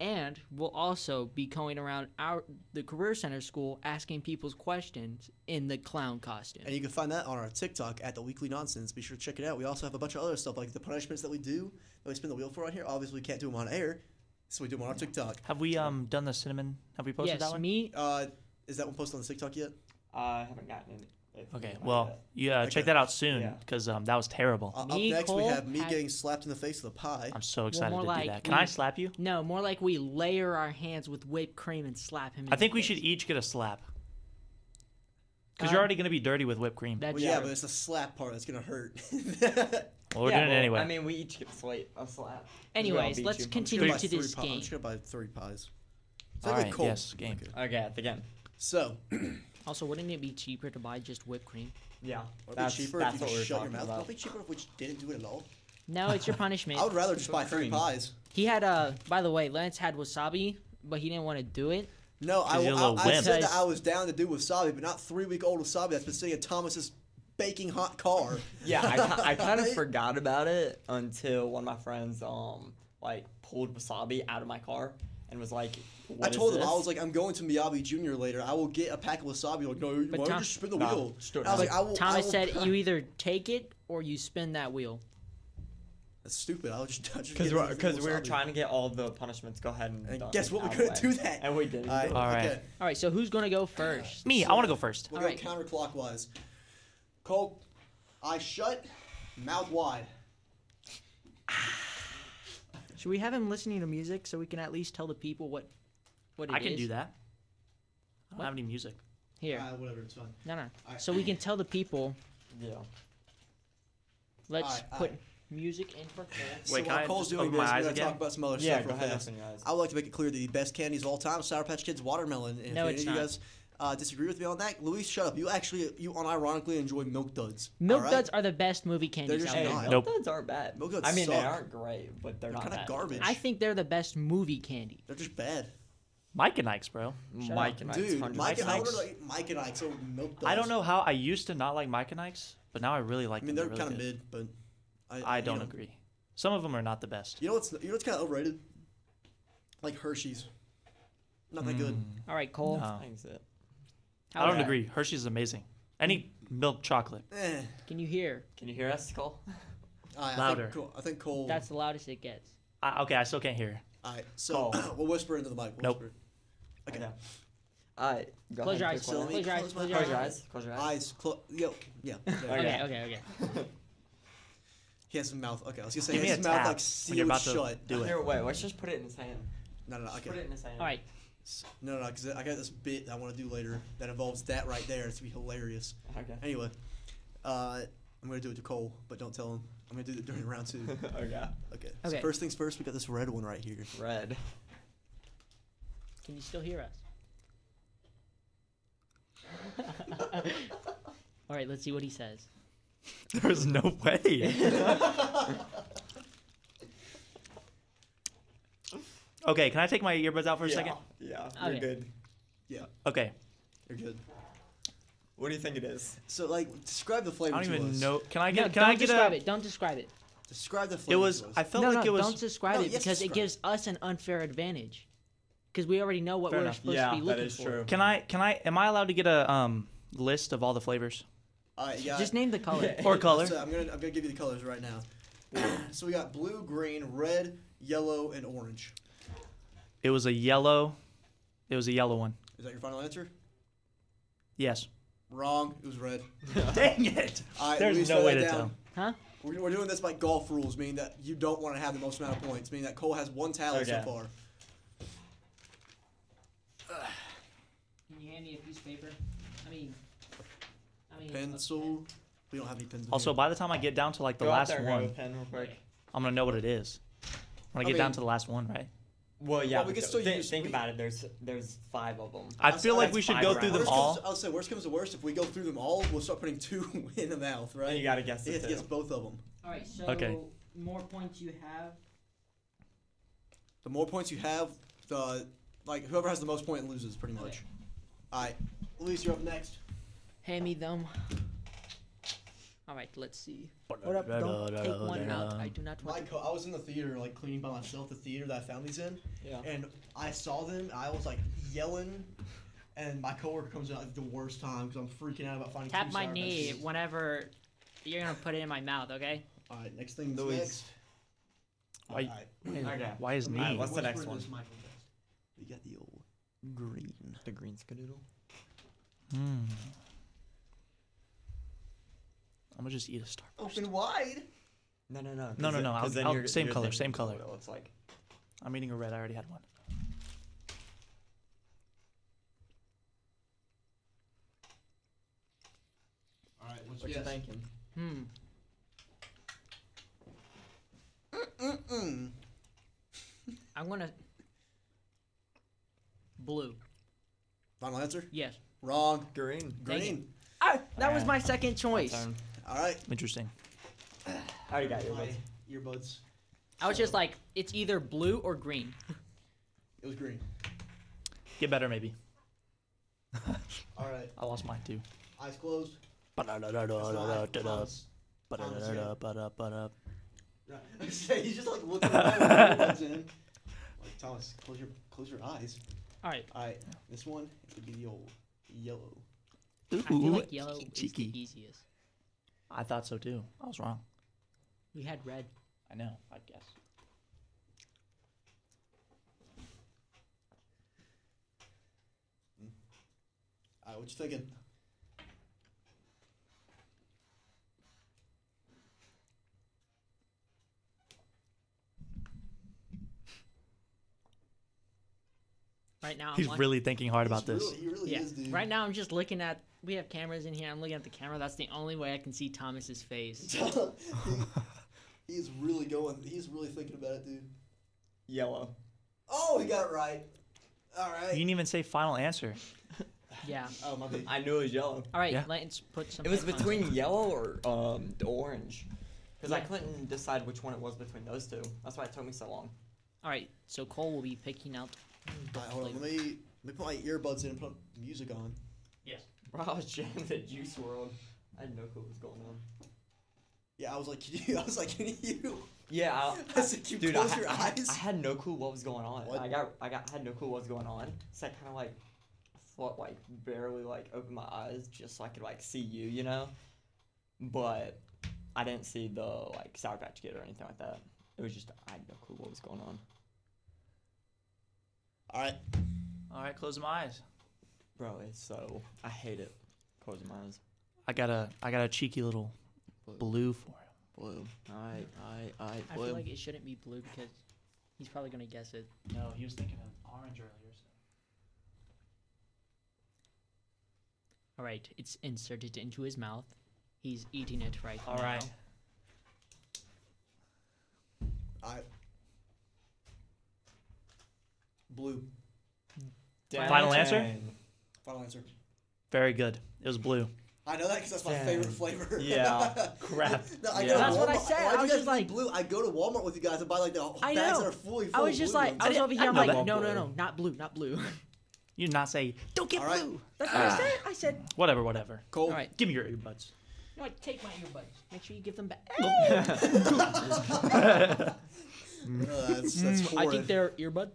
[SPEAKER 3] And we'll also be going around our the career center school asking people's questions in the clown costume.
[SPEAKER 2] And you can find that on our TikTok at the Weekly Nonsense. Be sure to check it out. We also have a bunch of other stuff like the punishments that we do that we spin the wheel for on here. Obviously, we can't do them on air, so we do them on our TikTok.
[SPEAKER 4] Have we um done the cinnamon? Have we posted
[SPEAKER 3] Yes,
[SPEAKER 4] that one?
[SPEAKER 3] me.
[SPEAKER 2] Uh, is that one posted on the TikTok yet?
[SPEAKER 1] I haven't gotten it.
[SPEAKER 4] Okay. Well, yeah, check that out soon
[SPEAKER 1] Yeah.
[SPEAKER 4] because um, that was terrible.
[SPEAKER 2] Uh,
[SPEAKER 3] Me,
[SPEAKER 2] up next, we
[SPEAKER 3] Cole,
[SPEAKER 2] have me
[SPEAKER 3] had-
[SPEAKER 2] getting slapped in the face with a pie.
[SPEAKER 4] I'm so excited
[SPEAKER 3] more
[SPEAKER 4] to
[SPEAKER 3] like
[SPEAKER 4] do that. Can
[SPEAKER 3] we-
[SPEAKER 4] I slap you?
[SPEAKER 3] No, more like we layer our hands with whipped cream and slap him. In
[SPEAKER 4] I think
[SPEAKER 3] the
[SPEAKER 4] we
[SPEAKER 3] face.
[SPEAKER 4] should each get a slap. Because
[SPEAKER 3] Um,
[SPEAKER 2] Uh,
[SPEAKER 4] you're already going to be dirty with whipped cream.
[SPEAKER 3] That's
[SPEAKER 2] Well, yeah,
[SPEAKER 3] true.
[SPEAKER 2] but it's the slap part that's gonna hurt.
[SPEAKER 4] Well, we're
[SPEAKER 1] Yeah,
[SPEAKER 4] doing it
[SPEAKER 1] well,
[SPEAKER 4] anyway.
[SPEAKER 1] I mean, we each get a slap. A slap. 'Cause we all
[SPEAKER 3] Anyways,
[SPEAKER 1] beat
[SPEAKER 3] let's
[SPEAKER 1] you.
[SPEAKER 3] continue
[SPEAKER 2] Buy
[SPEAKER 3] to
[SPEAKER 2] three
[SPEAKER 3] this
[SPEAKER 2] pi- I'm
[SPEAKER 3] game.
[SPEAKER 2] just gonna buy three pies. that
[SPEAKER 4] All
[SPEAKER 2] like
[SPEAKER 4] right,
[SPEAKER 2] cold?
[SPEAKER 4] yes, game.
[SPEAKER 2] Okay.
[SPEAKER 1] Okay, at the game.
[SPEAKER 2] So,
[SPEAKER 3] Also, wouldn't it be cheaper to buy just whipped cream?
[SPEAKER 1] Yeah.
[SPEAKER 2] would it be
[SPEAKER 1] That's,
[SPEAKER 2] cheaper
[SPEAKER 1] that's
[SPEAKER 2] if you
[SPEAKER 1] what we
[SPEAKER 2] just
[SPEAKER 1] were
[SPEAKER 2] shut your
[SPEAKER 1] talking
[SPEAKER 2] mouth? Would it
[SPEAKER 1] about.
[SPEAKER 2] be cheaper if we just didn't do it at all?
[SPEAKER 3] No, it's your punishment.
[SPEAKER 2] I would rather just
[SPEAKER 1] Whipped
[SPEAKER 2] buy three
[SPEAKER 1] cream.
[SPEAKER 2] pies.
[SPEAKER 3] He had uh by the way, Lance had wasabi, but he didn't want to do it.
[SPEAKER 2] No, I,
[SPEAKER 4] you're a
[SPEAKER 2] I,
[SPEAKER 4] little
[SPEAKER 2] I said
[SPEAKER 3] wimp.
[SPEAKER 2] that I was down to do wasabi, but not three week old wasabi that's been sitting in Thomas's baking hot car.
[SPEAKER 1] Yeah, I, ki- I kind of
[SPEAKER 2] Right?
[SPEAKER 1] forgot about it until one of my friends um like pulled wasabi out of my car and was like,
[SPEAKER 2] I
[SPEAKER 1] "What is
[SPEAKER 2] told him
[SPEAKER 1] this?
[SPEAKER 2] I was like, I'm going to Miyabi Junior later. I will get a pack of wasabi. Like, no, you
[SPEAKER 3] But
[SPEAKER 2] why don't you
[SPEAKER 3] Tom-
[SPEAKER 2] just spin the
[SPEAKER 1] Nah,
[SPEAKER 2] wheel?
[SPEAKER 1] just do it
[SPEAKER 2] I was
[SPEAKER 1] now.
[SPEAKER 2] like, I will.
[SPEAKER 3] Thomas
[SPEAKER 2] I will,
[SPEAKER 3] said you either take it or you spin that wheel.
[SPEAKER 2] That's stupid. I'll just touch
[SPEAKER 1] Because we're, because we were trying to get all the punishments. Go ahead and.
[SPEAKER 2] And
[SPEAKER 1] done
[SPEAKER 2] guess what? We
[SPEAKER 1] out of
[SPEAKER 2] couldn't
[SPEAKER 1] the way.
[SPEAKER 2] do that.
[SPEAKER 1] And we didn't.
[SPEAKER 2] All right.
[SPEAKER 1] do it.
[SPEAKER 4] All right.
[SPEAKER 2] Okay.
[SPEAKER 3] All right, so who's gonna go first?
[SPEAKER 4] Me, I want to go first.
[SPEAKER 2] We'll
[SPEAKER 3] All
[SPEAKER 2] go
[SPEAKER 3] right.
[SPEAKER 2] counterclockwise. Cole, eyes shut, mouth wide.
[SPEAKER 3] Should we have him listening to music so we can at least tell the people what what it is?
[SPEAKER 4] I can do that. I don't have any music.
[SPEAKER 3] Here,
[SPEAKER 2] Uh, whatever, it's fine.
[SPEAKER 3] no, no.
[SPEAKER 2] All right.
[SPEAKER 3] So we can tell the people.
[SPEAKER 1] Yeah.
[SPEAKER 3] Let's
[SPEAKER 2] All right, all
[SPEAKER 3] put
[SPEAKER 2] right.
[SPEAKER 3] music in for Cole.
[SPEAKER 4] Wait,
[SPEAKER 2] so
[SPEAKER 4] can
[SPEAKER 2] while
[SPEAKER 4] I
[SPEAKER 2] Cole's
[SPEAKER 4] just
[SPEAKER 2] doing
[SPEAKER 4] open
[SPEAKER 2] this,
[SPEAKER 4] my
[SPEAKER 2] we're
[SPEAKER 4] eyes
[SPEAKER 2] gonna
[SPEAKER 4] again?
[SPEAKER 2] talk about some other
[SPEAKER 1] Yeah,
[SPEAKER 2] stuff
[SPEAKER 1] go
[SPEAKER 2] real
[SPEAKER 1] ahead,
[SPEAKER 2] fast.
[SPEAKER 1] open your eyes.
[SPEAKER 2] I would like to make it clear that the best candy of all time, Sour Patch Kids watermelon. And
[SPEAKER 3] No,
[SPEAKER 2] if
[SPEAKER 3] it's
[SPEAKER 2] any of you
[SPEAKER 3] not.
[SPEAKER 2] guys uh, disagree with me on that, Luis, shut up. You actually, you unironically enjoy Milk Duds.
[SPEAKER 3] Milk
[SPEAKER 2] all right?
[SPEAKER 3] duds are the best movie candies
[SPEAKER 2] just
[SPEAKER 3] out
[SPEAKER 1] Hey,
[SPEAKER 3] there.
[SPEAKER 2] not.
[SPEAKER 1] milk duds aren't bad.
[SPEAKER 2] Milk duds
[SPEAKER 1] I mean,
[SPEAKER 2] suck.
[SPEAKER 1] they aren't great, but they're,
[SPEAKER 2] They're
[SPEAKER 1] not
[SPEAKER 2] kinda
[SPEAKER 1] bad.
[SPEAKER 2] garbage.
[SPEAKER 3] I think they're the best movie candy.
[SPEAKER 2] They're just bad.
[SPEAKER 4] Mike and Ike's, bro.
[SPEAKER 3] Shut
[SPEAKER 1] Mike
[SPEAKER 3] up.
[SPEAKER 1] and Ike's
[SPEAKER 2] Dude,
[SPEAKER 1] 100%.
[SPEAKER 2] Mike and I
[SPEAKER 4] Ike's.
[SPEAKER 2] ordered like Mike and Ike's over Milk Duds.
[SPEAKER 4] I don't know how I used to not like Mike and Ike's, but now I really like
[SPEAKER 2] I mean,
[SPEAKER 4] them.
[SPEAKER 2] they're
[SPEAKER 4] really
[SPEAKER 2] kind of
[SPEAKER 4] good.
[SPEAKER 2] mid, but I,
[SPEAKER 4] I
[SPEAKER 2] you
[SPEAKER 4] don't
[SPEAKER 2] know.
[SPEAKER 4] agree. Some of them are not the best.
[SPEAKER 2] You know what's you know what's kind of overrated? Like Hershey's. Not that good.
[SPEAKER 1] Mm.
[SPEAKER 3] All right, Cole.
[SPEAKER 4] No.
[SPEAKER 1] Thanks, it.
[SPEAKER 4] Uh, I don't
[SPEAKER 1] Okay.
[SPEAKER 4] agree. Hershey's is amazing. Any milk chocolate.
[SPEAKER 2] Eh.
[SPEAKER 3] Can you hear?
[SPEAKER 1] Can you hear us, Cole?
[SPEAKER 2] All right, I
[SPEAKER 4] Louder.
[SPEAKER 2] think, Cole- I think Cole.
[SPEAKER 3] That's the loudest it gets.
[SPEAKER 4] I, okay, I still can't hear.
[SPEAKER 2] all right. So
[SPEAKER 1] Cole.
[SPEAKER 2] we'll whisper into the mic. We'll
[SPEAKER 4] Nope.
[SPEAKER 2] Whisper. Okay.
[SPEAKER 1] All right. Go
[SPEAKER 3] Close
[SPEAKER 1] ahead,
[SPEAKER 3] your
[SPEAKER 1] pick
[SPEAKER 3] eyes.
[SPEAKER 1] one.
[SPEAKER 2] let me
[SPEAKER 3] Close your eyes.
[SPEAKER 2] close
[SPEAKER 3] Close
[SPEAKER 2] my
[SPEAKER 3] your
[SPEAKER 1] Close
[SPEAKER 2] eyes.
[SPEAKER 1] your
[SPEAKER 3] eyes.
[SPEAKER 1] eyes. Close your eyes.
[SPEAKER 2] Eyes closed. Yo. Yeah. yeah.
[SPEAKER 3] Okay, okay, okay.
[SPEAKER 2] he has his mouth. Okay. I was gonna say
[SPEAKER 4] Give
[SPEAKER 2] he
[SPEAKER 4] me
[SPEAKER 2] has
[SPEAKER 4] a
[SPEAKER 2] his mouth
[SPEAKER 4] tap
[SPEAKER 2] like
[SPEAKER 4] when you're
[SPEAKER 2] sealed
[SPEAKER 4] about
[SPEAKER 2] shut.
[SPEAKER 4] to do it.
[SPEAKER 1] Here, wait. Let's just put it in his hand.
[SPEAKER 2] No, no, no.
[SPEAKER 1] Put it
[SPEAKER 2] Okay.
[SPEAKER 1] in his hand.
[SPEAKER 3] All right.
[SPEAKER 2] No, no, no. Because I got this bit I want to do later that involves that right there. It's gonna be hilarious.
[SPEAKER 1] Okay.
[SPEAKER 2] Anyway, uh, I'm gonna do it to Cole, but don't tell him. I'm gonna do it during round two.
[SPEAKER 1] okay.
[SPEAKER 2] Okay. So
[SPEAKER 3] Okay.
[SPEAKER 2] first things first, we got this red one right here.
[SPEAKER 1] Red.
[SPEAKER 3] Can you still hear us? All right, let's see what he says.
[SPEAKER 4] There's no way. okay, can I take my earbuds out for a
[SPEAKER 1] yeah.
[SPEAKER 4] second?
[SPEAKER 1] Yeah.
[SPEAKER 3] Okay.
[SPEAKER 1] You're good.
[SPEAKER 2] Yeah,
[SPEAKER 4] Okay.
[SPEAKER 2] you're good.
[SPEAKER 1] What do you think it is?
[SPEAKER 2] So like, describe the
[SPEAKER 4] I
[SPEAKER 2] flavor.
[SPEAKER 4] don't
[SPEAKER 2] to
[SPEAKER 4] even
[SPEAKER 2] us.
[SPEAKER 4] know. Can I
[SPEAKER 3] No,
[SPEAKER 4] get? can
[SPEAKER 3] don't
[SPEAKER 4] I get
[SPEAKER 3] describe
[SPEAKER 4] a?
[SPEAKER 3] it. Don't describe it.
[SPEAKER 2] Describe the
[SPEAKER 4] It
[SPEAKER 2] flavor.
[SPEAKER 4] was.
[SPEAKER 2] to us.
[SPEAKER 4] I felt
[SPEAKER 3] No,
[SPEAKER 4] like
[SPEAKER 3] no,
[SPEAKER 4] it was.
[SPEAKER 3] don't describe
[SPEAKER 2] No,
[SPEAKER 3] it
[SPEAKER 2] yes,
[SPEAKER 3] because it
[SPEAKER 2] describe
[SPEAKER 3] gives us an unfair advantage. Because we already know what
[SPEAKER 4] Fair
[SPEAKER 3] we're
[SPEAKER 4] enough.
[SPEAKER 3] supposed to
[SPEAKER 1] yeah,
[SPEAKER 3] be
[SPEAKER 1] that
[SPEAKER 3] looking
[SPEAKER 1] is
[SPEAKER 3] for.
[SPEAKER 1] true.
[SPEAKER 4] Can I? Can I? Am I allowed to get a um list of all the flavors
[SPEAKER 2] Alright, yeah.
[SPEAKER 3] Just name the color.
[SPEAKER 4] or color?
[SPEAKER 2] So I'm gonna I'm gonna give you the colors right now. so we got blue, green, red, yellow, and orange.
[SPEAKER 4] It was a yellow. It was a yellow one.
[SPEAKER 2] Is that your final answer?
[SPEAKER 4] Yes.
[SPEAKER 2] Wrong. It was red.
[SPEAKER 4] Dang it.
[SPEAKER 2] Alright,
[SPEAKER 4] There's
[SPEAKER 2] Luis,
[SPEAKER 4] no
[SPEAKER 2] write
[SPEAKER 4] way
[SPEAKER 2] that
[SPEAKER 4] to
[SPEAKER 2] down.
[SPEAKER 4] tell.
[SPEAKER 3] huh?
[SPEAKER 2] We're, we're doing this by golf rules, meaning that you don't want to have the most amount of points. Meaning that Cole has one tally so
[SPEAKER 1] Okay.
[SPEAKER 2] far.
[SPEAKER 3] Can you hand me a piece of paper? I mean, I mean,
[SPEAKER 2] Pencil. We don't have any pens. in
[SPEAKER 4] Also,
[SPEAKER 2] here.
[SPEAKER 4] by the time I get down to like the
[SPEAKER 1] Go out
[SPEAKER 4] last
[SPEAKER 1] there and grab a
[SPEAKER 4] one,
[SPEAKER 1] pen real quick.
[SPEAKER 4] I'm gonna know what it is. When I
[SPEAKER 2] I
[SPEAKER 4] get down
[SPEAKER 2] mean-
[SPEAKER 4] to the last one, right?
[SPEAKER 1] Well, yeah. but
[SPEAKER 2] we can
[SPEAKER 1] th-
[SPEAKER 2] still
[SPEAKER 1] thi-
[SPEAKER 2] use-
[SPEAKER 1] think
[SPEAKER 2] we-
[SPEAKER 1] about it. There's there's five of them.
[SPEAKER 4] I
[SPEAKER 2] That's-
[SPEAKER 4] feel like
[SPEAKER 2] that's
[SPEAKER 4] we should
[SPEAKER 1] five
[SPEAKER 4] go through
[SPEAKER 1] rounds.
[SPEAKER 4] them
[SPEAKER 2] Worst
[SPEAKER 4] all.
[SPEAKER 2] Comes, I'll say worst comes to worst. If we go through them all, we'll start putting two in the mouth, right?
[SPEAKER 1] And Oh, you gotta guess
[SPEAKER 2] He
[SPEAKER 1] it
[SPEAKER 2] has to
[SPEAKER 1] too.
[SPEAKER 2] guess both of them.
[SPEAKER 3] All right. So
[SPEAKER 4] Okay.
[SPEAKER 3] more points you have.
[SPEAKER 2] The more points you have, the like whoever has the most point loses pretty much.
[SPEAKER 3] Okay.
[SPEAKER 2] All right, Luis, you're up next.
[SPEAKER 3] Hand me them. All right. Let's see. What up? Don't take one out. I do not
[SPEAKER 2] My
[SPEAKER 3] want. To...
[SPEAKER 2] co- I was in the theater like cleaning by myself. The theater that I found these in,
[SPEAKER 1] Yeah.
[SPEAKER 2] and I saw them. And I was like yelling, and my coworker comes out at the worst time because I'm freaking out about finding.
[SPEAKER 3] Tap
[SPEAKER 2] two
[SPEAKER 3] my
[SPEAKER 2] sour
[SPEAKER 3] knee
[SPEAKER 2] patches.
[SPEAKER 3] whenever you're gonna put it in my mouth. Okay.
[SPEAKER 2] All right, next thing.
[SPEAKER 1] Luis.
[SPEAKER 2] Next.
[SPEAKER 4] Why-
[SPEAKER 2] All right.
[SPEAKER 1] Okay.
[SPEAKER 4] Why is
[SPEAKER 2] Let me
[SPEAKER 1] Alright,
[SPEAKER 4] me?
[SPEAKER 1] what's the
[SPEAKER 2] whisper
[SPEAKER 1] next
[SPEAKER 2] in
[SPEAKER 1] one?
[SPEAKER 2] this microphone. We got the old green.
[SPEAKER 1] The green skadoodle.
[SPEAKER 4] Mm. I'm gonna just eat a star.
[SPEAKER 2] Open wide.
[SPEAKER 1] No, no, no.
[SPEAKER 4] No,
[SPEAKER 1] 'cause
[SPEAKER 4] no,
[SPEAKER 1] it-
[SPEAKER 4] no,
[SPEAKER 1] 'cause
[SPEAKER 4] I'll-
[SPEAKER 1] then
[SPEAKER 4] I'll-
[SPEAKER 1] you're-
[SPEAKER 4] same
[SPEAKER 1] you're
[SPEAKER 4] color,
[SPEAKER 1] thinking
[SPEAKER 4] same
[SPEAKER 1] of
[SPEAKER 4] color.
[SPEAKER 1] What it looks like.
[SPEAKER 4] I'm eating a red. I already had one.
[SPEAKER 2] All right, what's
[SPEAKER 1] What you
[SPEAKER 2] yes.
[SPEAKER 1] thinking?
[SPEAKER 3] Hmm.
[SPEAKER 2] Mm-mm.
[SPEAKER 3] I'm gonna. Blue.
[SPEAKER 2] Final answer?
[SPEAKER 3] Yes.
[SPEAKER 2] Wrong.
[SPEAKER 1] Green.
[SPEAKER 3] Dang it.
[SPEAKER 2] Green.
[SPEAKER 3] Ah, that was my second choice.
[SPEAKER 1] Turn.
[SPEAKER 2] All right.
[SPEAKER 4] Interesting.
[SPEAKER 1] I already got your votes.
[SPEAKER 2] earbuds.
[SPEAKER 3] I was just like, it's either blue or green.
[SPEAKER 2] It was green.
[SPEAKER 4] Get better, maybe.
[SPEAKER 2] All right.
[SPEAKER 4] I lost mine too.
[SPEAKER 2] Eyes closed.
[SPEAKER 4] Ba-da-da-da-da-da-da-da.
[SPEAKER 2] Eyes
[SPEAKER 4] Ba-da-da-da-da, ba-da-ba-da.
[SPEAKER 2] closed. He's just like looking around. when everyone's in. Like Thomas, close your close your eyes.
[SPEAKER 3] All right.
[SPEAKER 2] All right. This one it would be the old yellow.
[SPEAKER 3] I feel
[SPEAKER 4] Ooh,
[SPEAKER 3] like yellow is the e-
[SPEAKER 4] cheeky.
[SPEAKER 3] easiest.
[SPEAKER 4] I thought so too. I was wrong.
[SPEAKER 3] We had red.
[SPEAKER 4] I know. I guess.
[SPEAKER 2] All right. What you thinking?
[SPEAKER 3] Right now, I'm
[SPEAKER 4] He's
[SPEAKER 3] looking-
[SPEAKER 4] really thinking hard
[SPEAKER 2] He's
[SPEAKER 4] about this.
[SPEAKER 2] Really, he really
[SPEAKER 3] Yeah.
[SPEAKER 2] is, dude.
[SPEAKER 3] Right now, I'm just looking at. We have cameras in here. I'm looking at the camera. That's the only way I can see Thomas's face.
[SPEAKER 2] He- he's really going. He's really thinking about it, dude.
[SPEAKER 1] Yellow.
[SPEAKER 2] Oh, he got it right. All
[SPEAKER 4] You
[SPEAKER 2] right.
[SPEAKER 4] didn't even say final answer.
[SPEAKER 3] Yeah.
[SPEAKER 2] Oh my bad.
[SPEAKER 1] I knew it was yellow.
[SPEAKER 3] All right.
[SPEAKER 4] Yeah.
[SPEAKER 3] Let's put some.
[SPEAKER 1] It was
[SPEAKER 3] headphones
[SPEAKER 1] between
[SPEAKER 3] on.
[SPEAKER 1] yellow or um, the orange. Because I
[SPEAKER 3] Yeah.
[SPEAKER 1] couldn't decide which one it was between those two. That's why it took me so long.
[SPEAKER 3] All right. So Cole will be picking out.
[SPEAKER 2] All right, hold on. Let me let me put my earbuds in and put music on.
[SPEAKER 3] Yes.
[SPEAKER 1] Bro, I was jammed at Juice World. I had no clue what was going on.
[SPEAKER 2] Yeah, I was like, can you? I was like, can you?
[SPEAKER 1] Yeah, I,
[SPEAKER 2] I said, "You
[SPEAKER 1] dude,
[SPEAKER 2] close
[SPEAKER 1] I,
[SPEAKER 2] your
[SPEAKER 1] I-
[SPEAKER 2] eyes."
[SPEAKER 1] I had no clue what was going on.
[SPEAKER 2] What?
[SPEAKER 1] I got, I got, had no clue what was going on. So I kind of like, fought, like barely like opened my eyes just so I could like see you, you know. But I didn't see the like Sour Patch Kid or anything like that. It was just I had no clue what was going on.
[SPEAKER 2] All right.
[SPEAKER 4] All right, close my eyes.
[SPEAKER 1] Bro, it's so I hate it. Closing my eyes.
[SPEAKER 4] I got a I got a cheeky little blue for him.
[SPEAKER 1] Blue. I, I, I,
[SPEAKER 3] I feel like it shouldn't be blue because he's probably gonna guess it.
[SPEAKER 4] No, he was thinking of orange earlier.
[SPEAKER 3] All right. It's inserted into his mouth. He's eating it right
[SPEAKER 4] All
[SPEAKER 3] now.
[SPEAKER 4] right.
[SPEAKER 2] All right. Blue.
[SPEAKER 4] Final answer?
[SPEAKER 2] Final answer.
[SPEAKER 4] Very good. It was blue.
[SPEAKER 2] I know that because that's my
[SPEAKER 1] Damn.
[SPEAKER 2] favorite flavor.
[SPEAKER 1] Yeah.
[SPEAKER 4] Crap.
[SPEAKER 2] No, I go
[SPEAKER 1] Yeah.
[SPEAKER 2] to
[SPEAKER 1] That's
[SPEAKER 3] what I
[SPEAKER 2] Walmart-
[SPEAKER 3] said.
[SPEAKER 2] Why do you
[SPEAKER 3] I was
[SPEAKER 2] guys
[SPEAKER 3] just
[SPEAKER 2] do
[SPEAKER 3] like-
[SPEAKER 2] blue. I go to Walmart with you guys and buy like the
[SPEAKER 3] I
[SPEAKER 2] bags
[SPEAKER 3] know.
[SPEAKER 2] that are fully
[SPEAKER 3] I
[SPEAKER 2] full.
[SPEAKER 3] was
[SPEAKER 2] of
[SPEAKER 3] just
[SPEAKER 2] blue
[SPEAKER 3] like,
[SPEAKER 2] ones.
[SPEAKER 3] I was over
[SPEAKER 4] I
[SPEAKER 3] here. I'm
[SPEAKER 4] know
[SPEAKER 3] like,
[SPEAKER 4] that.
[SPEAKER 3] no, no, no, not blue, not blue.
[SPEAKER 4] You did not say
[SPEAKER 3] Don't get
[SPEAKER 2] All right.
[SPEAKER 3] blue. That's what I said. I said.
[SPEAKER 4] whatever, whatever.
[SPEAKER 2] Cole.
[SPEAKER 3] All right.
[SPEAKER 4] Give me your earbuds.
[SPEAKER 3] No, I take my earbuds. Make sure you give them back.
[SPEAKER 2] Uh, that's that's
[SPEAKER 3] I
[SPEAKER 2] foreign.
[SPEAKER 3] think they're earbud.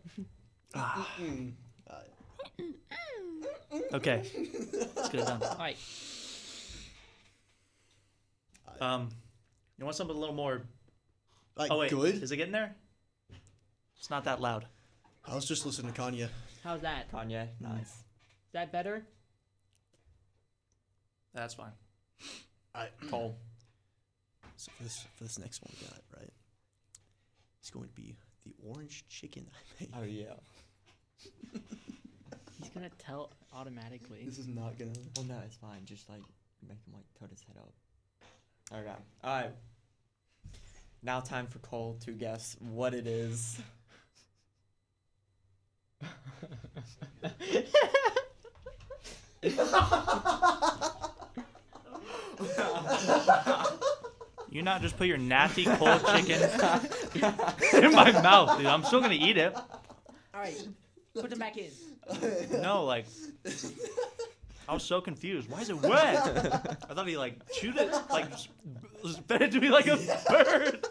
[SPEAKER 4] Okay. Let's get it done.
[SPEAKER 3] All right.
[SPEAKER 4] Um, you want something a little more?
[SPEAKER 2] like
[SPEAKER 4] Oh wait,
[SPEAKER 2] good.
[SPEAKER 4] is it getting there? It's not that loud.
[SPEAKER 2] I was just listening to Kanye.
[SPEAKER 3] How's that? Is
[SPEAKER 1] Kanye, nice.
[SPEAKER 3] that better?
[SPEAKER 4] That's fine.
[SPEAKER 2] All right.
[SPEAKER 1] Cole.
[SPEAKER 2] So for this for this next one, we got right. It's going to be the orange chicken I made.
[SPEAKER 1] Oh yeah.
[SPEAKER 3] He's gonna tell automatically.
[SPEAKER 2] This is not gonna.
[SPEAKER 1] Well, no, it's fine. Just like make him like tilt his head up. Okay. All right. Now time for Cole to guess what it is.
[SPEAKER 4] You not just put your nasty cold chicken in my mouth, dude. I'm still gonna eat it.
[SPEAKER 3] All right. Put them back in.
[SPEAKER 4] No, like I was so confused. Why is it wet? I thought he like chewed it, like s- spit it to me like a bird.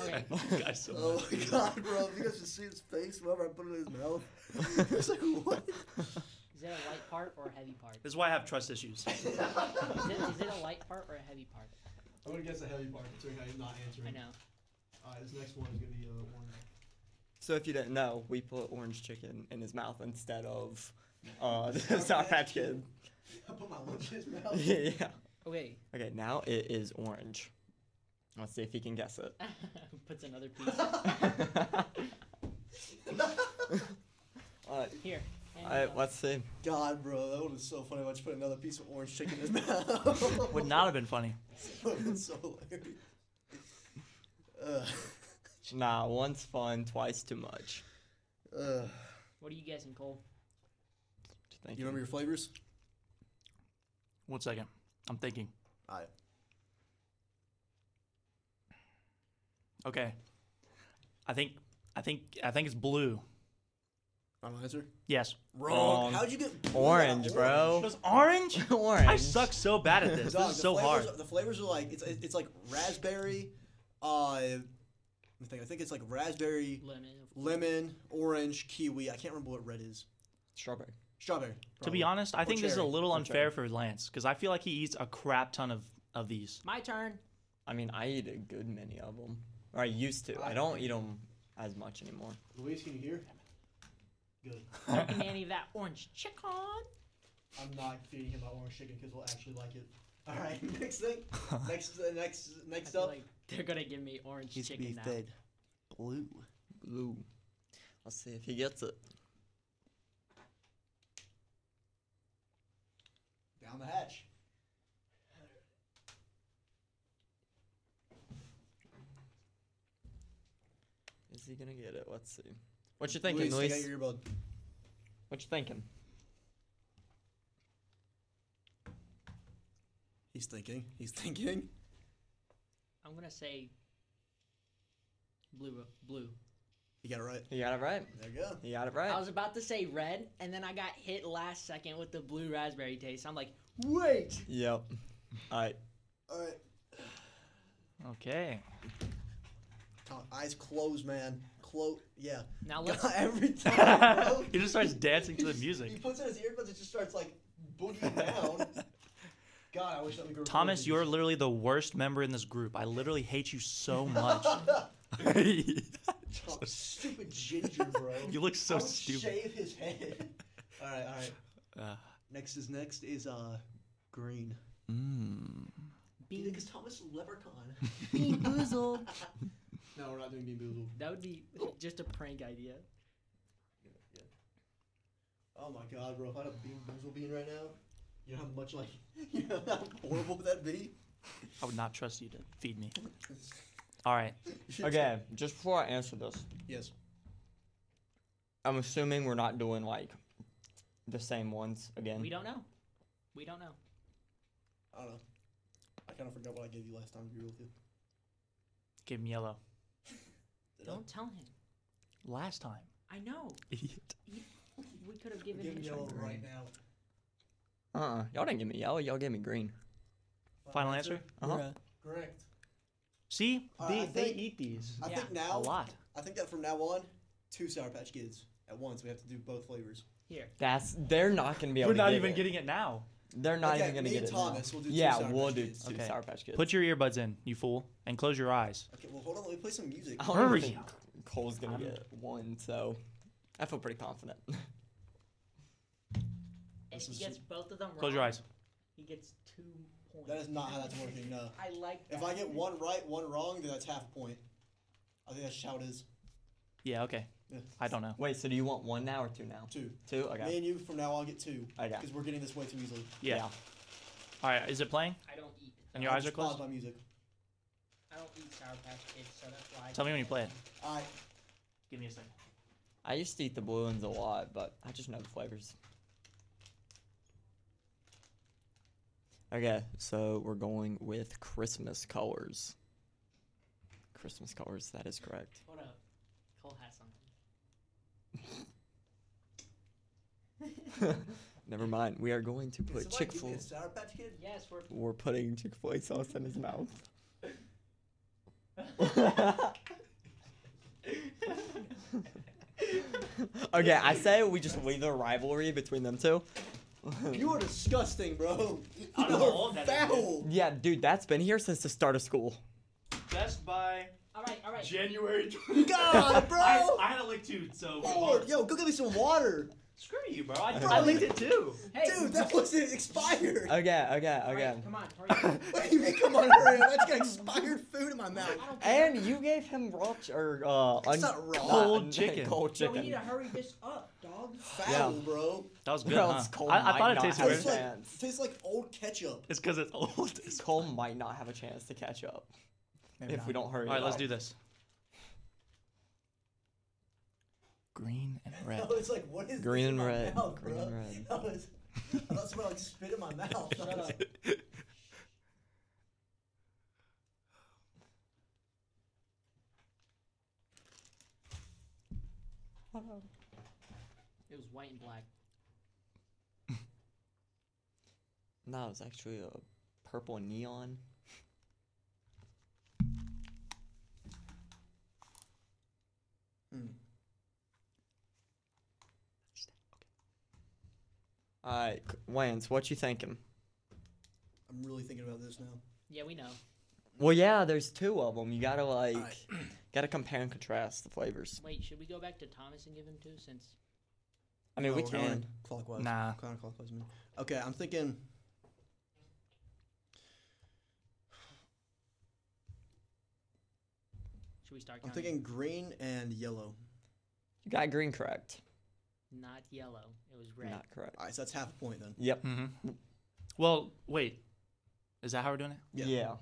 [SPEAKER 3] Okay.
[SPEAKER 4] Guys, so
[SPEAKER 2] Oh my god, bro! If you guys should see his face whenever I put it in his mouth. It's like what?
[SPEAKER 3] Is it a light part or a heavy part?
[SPEAKER 4] This is why I have trust issues.
[SPEAKER 3] Is it, is it a light part or a heavy part?
[SPEAKER 2] I'm gonna guess a heavy part between how you're not answering.
[SPEAKER 3] I know.
[SPEAKER 2] Alright, this next one is gonna be uh, one.
[SPEAKER 1] So if you didn't know, we put orange chicken in his mouth instead of uh, the Sour Patch Kid.
[SPEAKER 2] I put my lunch in his mouth.
[SPEAKER 1] yeah.
[SPEAKER 3] Okay.
[SPEAKER 1] Okay. Now it is orange. Let's see if he can guess it.
[SPEAKER 3] Puts another piece
[SPEAKER 1] All right.
[SPEAKER 3] here. And,
[SPEAKER 1] All right.
[SPEAKER 3] uh,
[SPEAKER 1] Let's see.
[SPEAKER 2] God, bro, that would have so funny. if I just put another piece of orange chicken in his mouth.
[SPEAKER 4] Would not have been funny.
[SPEAKER 2] That would've been so hilarious. Uh,
[SPEAKER 1] Nah, once fun, twice too much.
[SPEAKER 2] Ugh.
[SPEAKER 3] What are you guessing, Cole?
[SPEAKER 1] Thank
[SPEAKER 2] you remember your flavors?
[SPEAKER 4] One second. I'm thinking.
[SPEAKER 2] All right.
[SPEAKER 4] Okay. I think I think I think it's blue.
[SPEAKER 2] Final answer.
[SPEAKER 4] Yes.
[SPEAKER 1] Wrong.
[SPEAKER 2] How'd you get
[SPEAKER 1] Orange, bro.
[SPEAKER 4] Was orange?
[SPEAKER 1] Orange.
[SPEAKER 4] I suck so bad at this.
[SPEAKER 2] Dog, the
[SPEAKER 4] this is so
[SPEAKER 2] flavors,
[SPEAKER 4] hard.
[SPEAKER 2] The flavors are like it's it's like raspberry. Uh, let me think. I think it's like raspberry,
[SPEAKER 3] Lemon.
[SPEAKER 2] lemon, orange, kiwi. I can't remember what red is.
[SPEAKER 1] Strawberry.
[SPEAKER 2] Strawberry.
[SPEAKER 4] To be
[SPEAKER 2] probably.
[SPEAKER 4] honest, I
[SPEAKER 2] Or
[SPEAKER 4] think this is a
[SPEAKER 2] cherry.
[SPEAKER 4] little
[SPEAKER 1] Or
[SPEAKER 4] unfair for Lance because I feel like he eats a crap ton of of these.
[SPEAKER 3] My turn.
[SPEAKER 1] I mean, I eat a good many of them. Or I used to. I don't eat them as much anymore.
[SPEAKER 2] Luis, can you hear? Good.
[SPEAKER 3] Fucking Danny, that orange chicken.
[SPEAKER 2] I'm not feeding him my orange chicken because we'll actually like it. All right. Next thing. next. Uh, next.
[SPEAKER 3] I
[SPEAKER 2] Next
[SPEAKER 3] feel
[SPEAKER 2] up.
[SPEAKER 3] like they're gonna give me orange
[SPEAKER 5] He's to
[SPEAKER 3] chicken
[SPEAKER 5] be
[SPEAKER 3] now.
[SPEAKER 5] fed blue.
[SPEAKER 1] Blue. Let's see if he gets it.
[SPEAKER 2] down the hatch.
[SPEAKER 1] Is he gonna get it? Let's see. What you thinking,
[SPEAKER 2] Luis,
[SPEAKER 1] Luis?
[SPEAKER 2] take out your earbud.
[SPEAKER 1] What you thinking?
[SPEAKER 2] He's thinking. He's thinking.
[SPEAKER 3] I'm gonna say blue. Blue.
[SPEAKER 2] He got it right.
[SPEAKER 1] You got it right.
[SPEAKER 2] There you go.
[SPEAKER 1] You got it right.
[SPEAKER 3] I was about to say red, and then I got hit last second with the blue raspberry taste. I'm like, wait.
[SPEAKER 1] Yep. All right.
[SPEAKER 2] All right.
[SPEAKER 4] Okay.
[SPEAKER 2] Tom, eyes closed, man. Close. Yeah.
[SPEAKER 3] Now let's.
[SPEAKER 2] Every time. bro.
[SPEAKER 4] he just starts dancing to the
[SPEAKER 2] He
[SPEAKER 4] music.
[SPEAKER 2] puts in his earbuds and just starts like boogieing down. God, I wish that we could.
[SPEAKER 4] Thomas, you're literally the worst member in this group. I literally hate you so much.
[SPEAKER 2] Tom, stupid ginger, bro.
[SPEAKER 4] you look so
[SPEAKER 2] I would
[SPEAKER 4] stupid.
[SPEAKER 2] Shave his head. all right, all right.
[SPEAKER 4] Uh.
[SPEAKER 2] next is next is uh green.
[SPEAKER 4] Mm.
[SPEAKER 3] Bean,
[SPEAKER 2] Because Thomas is a leprechaun.
[SPEAKER 3] bean boozled.
[SPEAKER 2] no, we're not doing Bean Boozled.
[SPEAKER 3] That would be just a prank idea.
[SPEAKER 2] Oh my God, bro! If I had a Bean Boozled bean right now, you know how much like you know how horrible would that be?
[SPEAKER 4] I would not trust you to feed me. All right.
[SPEAKER 1] Okay. Just before I answer this,
[SPEAKER 2] Yes.
[SPEAKER 1] I'm assuming we're not doing like the same ones again.
[SPEAKER 3] We don't know. We don't know.
[SPEAKER 2] I don't know. I kind of forgot what I gave you last time. To be real with you.
[SPEAKER 4] Give him yellow.
[SPEAKER 2] Did I?
[SPEAKER 3] Don't tell him.
[SPEAKER 4] Last time.
[SPEAKER 3] I know.
[SPEAKER 4] Idiot.
[SPEAKER 3] We could have given
[SPEAKER 2] Give
[SPEAKER 3] him.
[SPEAKER 2] me yellow right now.
[SPEAKER 1] Uh-uh. Y'all didn't give me yellow. Y'all gave me green.
[SPEAKER 4] Final answer?
[SPEAKER 1] Uh-huh.
[SPEAKER 2] Correct.
[SPEAKER 4] See?
[SPEAKER 2] All
[SPEAKER 4] they,
[SPEAKER 2] right, I
[SPEAKER 4] they
[SPEAKER 2] think-
[SPEAKER 4] eat these.
[SPEAKER 2] I
[SPEAKER 3] Yeah,
[SPEAKER 2] think
[SPEAKER 4] A
[SPEAKER 2] now.
[SPEAKER 4] lot.
[SPEAKER 2] I think that from now on, two Sour Patch Kids at once. We have to do both flavors.
[SPEAKER 3] Here.
[SPEAKER 1] That's they're not gonna be able.
[SPEAKER 4] We're
[SPEAKER 1] to
[SPEAKER 4] not
[SPEAKER 1] get
[SPEAKER 4] even
[SPEAKER 1] it.
[SPEAKER 4] getting it now.
[SPEAKER 1] They're not
[SPEAKER 2] Okay,
[SPEAKER 1] even gonna
[SPEAKER 2] me
[SPEAKER 1] get
[SPEAKER 2] and
[SPEAKER 1] it. now.
[SPEAKER 2] Thomas will do two
[SPEAKER 1] yeah,
[SPEAKER 2] Sour
[SPEAKER 1] we'll
[SPEAKER 2] Patch
[SPEAKER 1] do
[SPEAKER 2] Kids.
[SPEAKER 1] two
[SPEAKER 4] Okay.
[SPEAKER 1] Sour Patch Kids.
[SPEAKER 4] Put your earbuds in, you fool, and close your eyes.
[SPEAKER 2] Okay, well hold on. Let me play some music.
[SPEAKER 1] I don't
[SPEAKER 4] Hurry.
[SPEAKER 1] think Cole's gonna
[SPEAKER 4] I'm-
[SPEAKER 1] get one, so I feel pretty confident.
[SPEAKER 3] If
[SPEAKER 2] This
[SPEAKER 3] he
[SPEAKER 2] is-
[SPEAKER 3] gets both of them wrong,
[SPEAKER 4] Close your eyes.
[SPEAKER 3] he gets two points.
[SPEAKER 2] That is not how that's working. No.
[SPEAKER 3] I like that.
[SPEAKER 2] If I get one right, one wrong, then that's half a point. I think that's just how it is.
[SPEAKER 4] Yeah, okay.
[SPEAKER 2] Yeah.
[SPEAKER 4] I don't know.
[SPEAKER 1] Wait, so do you want one now or two now?
[SPEAKER 2] Two.
[SPEAKER 1] Two.
[SPEAKER 2] Me
[SPEAKER 1] Okay.
[SPEAKER 2] and you from now on get two.
[SPEAKER 1] Okay.
[SPEAKER 2] Because we're getting this way too easily.
[SPEAKER 4] Yeah. All right, is it playing?
[SPEAKER 3] I don't eat.
[SPEAKER 4] And your
[SPEAKER 2] I
[SPEAKER 4] eyes are
[SPEAKER 2] despise
[SPEAKER 4] closed?
[SPEAKER 2] My music.
[SPEAKER 3] I don't eat Sour Patch Kids, so that's why. I
[SPEAKER 4] Tell me when you play it.
[SPEAKER 2] All right.
[SPEAKER 4] Give me a second.
[SPEAKER 1] I used to eat the blue ones a lot, but I just know the flavors. Okay, so we're going with Christmas colors. Christmas colors, that is correct.
[SPEAKER 3] Hold up. Cole has something.
[SPEAKER 1] Never mind, we are going to put Chick fil A.
[SPEAKER 2] Sour Patch Kid.
[SPEAKER 3] Yes, we're.
[SPEAKER 1] We're putting Chick fil A sauce in his mouth. okay, I say we just leave the rivalry between them two.
[SPEAKER 2] You are disgusting, bro.
[SPEAKER 4] I don't know
[SPEAKER 2] You are
[SPEAKER 4] how old that is,
[SPEAKER 2] foul.
[SPEAKER 1] Yeah, dude, that's been here since the start of school.
[SPEAKER 4] Best by
[SPEAKER 3] All right, all right.
[SPEAKER 4] January 20th.
[SPEAKER 2] God, bro.
[SPEAKER 4] had a lick too, so.
[SPEAKER 2] Lord, yo, go get me some water.
[SPEAKER 4] Screw you, bro. I,
[SPEAKER 2] I licked
[SPEAKER 4] it too.
[SPEAKER 3] hey,
[SPEAKER 2] Dude, that wasn't expired.
[SPEAKER 1] Okay, okay,
[SPEAKER 3] all right,
[SPEAKER 1] okay.
[SPEAKER 3] come on, hurry up.
[SPEAKER 2] What do you mean, come on, hurry up? That's got expired food in my mouth.
[SPEAKER 3] I don't care.
[SPEAKER 1] And you gave him raw ch- or uh,
[SPEAKER 2] It's not raw.
[SPEAKER 4] Cold chicken.
[SPEAKER 1] Cold
[SPEAKER 3] So we
[SPEAKER 1] chicken.
[SPEAKER 3] need to hurry this up, dog.
[SPEAKER 2] Foul, bro.
[SPEAKER 4] That was good.
[SPEAKER 1] Bro,
[SPEAKER 4] huh?
[SPEAKER 1] it's cold.
[SPEAKER 4] I, I
[SPEAKER 1] Might
[SPEAKER 4] thought it
[SPEAKER 1] not
[SPEAKER 4] tasted
[SPEAKER 1] have
[SPEAKER 4] weird.
[SPEAKER 2] Tastes
[SPEAKER 1] Where's
[SPEAKER 2] like,
[SPEAKER 1] that?
[SPEAKER 2] tastes like old ketchup.
[SPEAKER 4] It's because it's old.
[SPEAKER 1] Cole might not have a chance to catch up if we don't hurry.
[SPEAKER 4] All right,
[SPEAKER 1] it
[SPEAKER 4] let's
[SPEAKER 1] up.
[SPEAKER 4] do this. green and red.
[SPEAKER 2] I was like, what is
[SPEAKER 1] Green
[SPEAKER 2] this
[SPEAKER 1] and
[SPEAKER 2] in my
[SPEAKER 1] red,
[SPEAKER 2] Mouth,
[SPEAKER 1] green
[SPEAKER 2] bro?
[SPEAKER 1] and red.
[SPEAKER 2] I was, I was about to like, spit in my mouth. Shut up.
[SPEAKER 3] It was white and black.
[SPEAKER 1] No, it's actually a purple neon.
[SPEAKER 2] Hmm.
[SPEAKER 1] Alright, C- Uh, Lance, what you thinking?
[SPEAKER 2] I'm really thinking about this now.
[SPEAKER 3] Yeah, we know.
[SPEAKER 1] Well, yeah, there's two of them. You gotta like,
[SPEAKER 2] Alright.
[SPEAKER 1] gotta compare and contrast the flavors.
[SPEAKER 3] Wait, should we go back to Thomas and give him two since
[SPEAKER 1] I mean, we
[SPEAKER 2] Oh, we're
[SPEAKER 1] can.
[SPEAKER 2] going clockwise.
[SPEAKER 4] Nah.
[SPEAKER 2] Kind of clockwise. Man. Okay, I'm thinking.
[SPEAKER 3] should we start
[SPEAKER 2] I'm
[SPEAKER 3] counting?
[SPEAKER 2] thinking green and yellow.
[SPEAKER 1] You got green correct.
[SPEAKER 3] not yellow. It was red.
[SPEAKER 1] Not correct.
[SPEAKER 2] All right, so that's half a point then.
[SPEAKER 1] Yep.
[SPEAKER 4] Mm-hmm. Well, wait. Is that how we're doing it?
[SPEAKER 1] Yeah.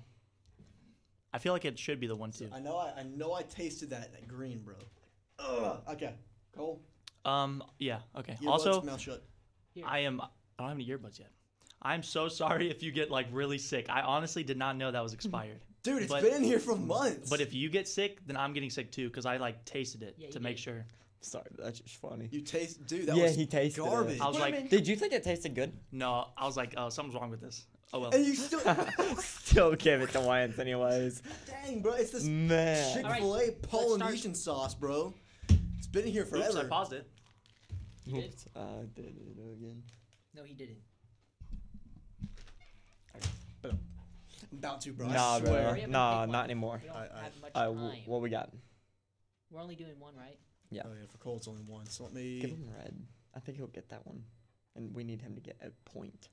[SPEAKER 4] I feel like it should be the one two.
[SPEAKER 2] I know. I, I know. I tasted that that green, bro. Ugh. Okay. Cole.
[SPEAKER 4] Um. Yeah. Okay.
[SPEAKER 2] earbuds,
[SPEAKER 4] also,
[SPEAKER 2] mouth shut.
[SPEAKER 4] I am. I don't have any earbuds yet. I'm so sorry if you get like really sick. I honestly did not know that was expired.
[SPEAKER 2] Dude, it's
[SPEAKER 4] but-
[SPEAKER 2] been in here for months.
[SPEAKER 4] But if you get sick, then I'm getting sick too because I like tasted it
[SPEAKER 3] Yeah,
[SPEAKER 4] to
[SPEAKER 3] you
[SPEAKER 4] make
[SPEAKER 3] did.
[SPEAKER 4] sure.
[SPEAKER 1] Sorry, but that's just funny.
[SPEAKER 2] you taste, dude, that
[SPEAKER 1] Yeah,
[SPEAKER 2] was
[SPEAKER 1] he tasted it.
[SPEAKER 2] garbage.
[SPEAKER 4] I was like,
[SPEAKER 1] Did you think it tasted good?
[SPEAKER 4] no. I was like, oh, something's wrong with this. Oh well.
[SPEAKER 2] and you still,
[SPEAKER 1] Still give it to Lance, anyways.
[SPEAKER 2] dang, bro, it's this
[SPEAKER 1] Man.
[SPEAKER 2] Chick
[SPEAKER 3] All right,
[SPEAKER 2] Fil A
[SPEAKER 3] let's start.
[SPEAKER 2] Polynesian sauce, bro. It's been in here forever.
[SPEAKER 4] Oops, I paused it.
[SPEAKER 3] You did?
[SPEAKER 1] Oops, I did it again.
[SPEAKER 3] No, he didn't.
[SPEAKER 2] I'm about to, bro.
[SPEAKER 1] Nah,
[SPEAKER 2] I swear.
[SPEAKER 1] bro.
[SPEAKER 3] We haven't
[SPEAKER 1] Nah,
[SPEAKER 3] picked
[SPEAKER 1] not
[SPEAKER 3] one.
[SPEAKER 1] anymore.
[SPEAKER 3] We don't
[SPEAKER 2] I- I-
[SPEAKER 3] have much
[SPEAKER 1] Uh,
[SPEAKER 3] time.
[SPEAKER 1] wh- what we got?
[SPEAKER 3] We're only doing one, right?
[SPEAKER 1] Yeah.
[SPEAKER 2] Oh yeah, for Cole it's only one. So let
[SPEAKER 1] Give
[SPEAKER 2] me.
[SPEAKER 1] him red. I think he'll get that one. And we need him to get a point,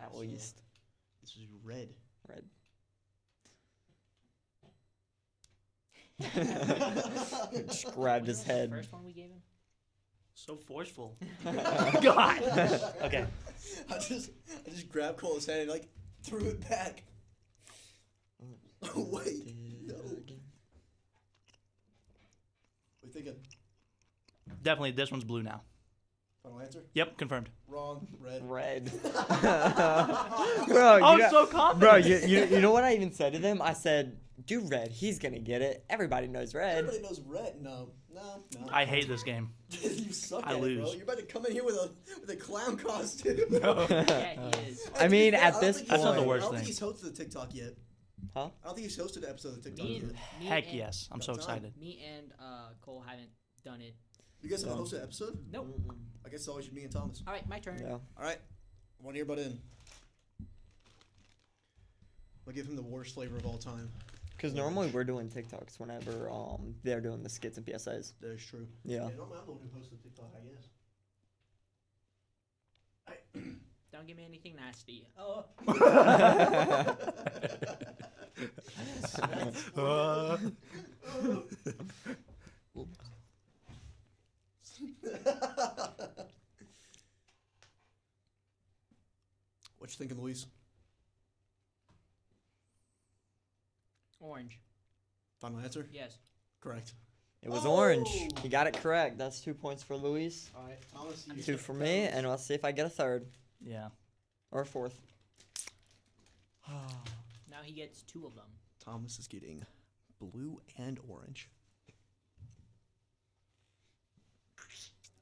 [SPEAKER 1] at
[SPEAKER 2] So,
[SPEAKER 1] least.
[SPEAKER 2] This is red.
[SPEAKER 1] Red. Just grabbed his
[SPEAKER 3] Wasn't that The
[SPEAKER 1] head.
[SPEAKER 3] first one we gave him.
[SPEAKER 4] So forceful. God. okay.
[SPEAKER 2] I just, I just grabbed Cole's hand and like threw it back. Oh wait, no. We think a
[SPEAKER 4] Definitely, this one's blue now.
[SPEAKER 2] final answer?
[SPEAKER 4] Yep, confirmed.
[SPEAKER 2] Wrong. Red.
[SPEAKER 1] Red. bro, you
[SPEAKER 4] I was
[SPEAKER 1] know,
[SPEAKER 4] Oh, so confident.
[SPEAKER 1] bro you, you, you know what I even said to them? I said, do red. He's going to get it. Everybody knows red.
[SPEAKER 2] Everybody knows red. No, no, no.
[SPEAKER 4] I hate this game.
[SPEAKER 2] you suck
[SPEAKER 4] I
[SPEAKER 2] at it, bro.
[SPEAKER 4] lose.
[SPEAKER 2] You're about to come in here with a with a clown costume.
[SPEAKER 3] yeah, he is.
[SPEAKER 1] I mean,
[SPEAKER 2] don't
[SPEAKER 1] at
[SPEAKER 2] think
[SPEAKER 1] this
[SPEAKER 2] he's-
[SPEAKER 4] That's not the
[SPEAKER 2] I
[SPEAKER 4] worst
[SPEAKER 2] don't think
[SPEAKER 4] thing.
[SPEAKER 2] he's hosted the TikTok yet.
[SPEAKER 1] Huh?
[SPEAKER 2] I don't think he's hosted an episode of the TikTok
[SPEAKER 3] Me
[SPEAKER 2] yet.
[SPEAKER 3] and, me
[SPEAKER 4] Heck
[SPEAKER 3] and,
[SPEAKER 4] yes. I'm so
[SPEAKER 2] About time.
[SPEAKER 4] excited.
[SPEAKER 3] Me and uh, Cole haven't done it.
[SPEAKER 2] You guys haven't hosted an episode?
[SPEAKER 3] Nope.
[SPEAKER 2] I guess it's always you, me and Thomas.
[SPEAKER 3] All right, my turn.
[SPEAKER 1] Yeah.
[SPEAKER 2] All right, one earbud in. We'll give him the worst flavor of all time.
[SPEAKER 1] Because normally we're doing TikToks whenever um they're doing the skits and PSAs.
[SPEAKER 2] That is true.
[SPEAKER 1] Yeah.
[SPEAKER 2] normally I'm the one who hosts the TikTok, I guess.
[SPEAKER 3] Don't give me anything nasty. Oh,
[SPEAKER 2] What you thinking, Luis?
[SPEAKER 3] orange.
[SPEAKER 2] Final answer?
[SPEAKER 3] Yes.
[SPEAKER 2] Correct.
[SPEAKER 1] It was orange.
[SPEAKER 2] Oh!
[SPEAKER 1] He got it correct. That's two points for Luis,
[SPEAKER 2] All right, Thomas. You
[SPEAKER 1] two for me, and let's see if I get a third
[SPEAKER 4] Yeah.
[SPEAKER 1] or a fourth.
[SPEAKER 3] Now he gets two of them.
[SPEAKER 2] Thomas is getting blue and orange.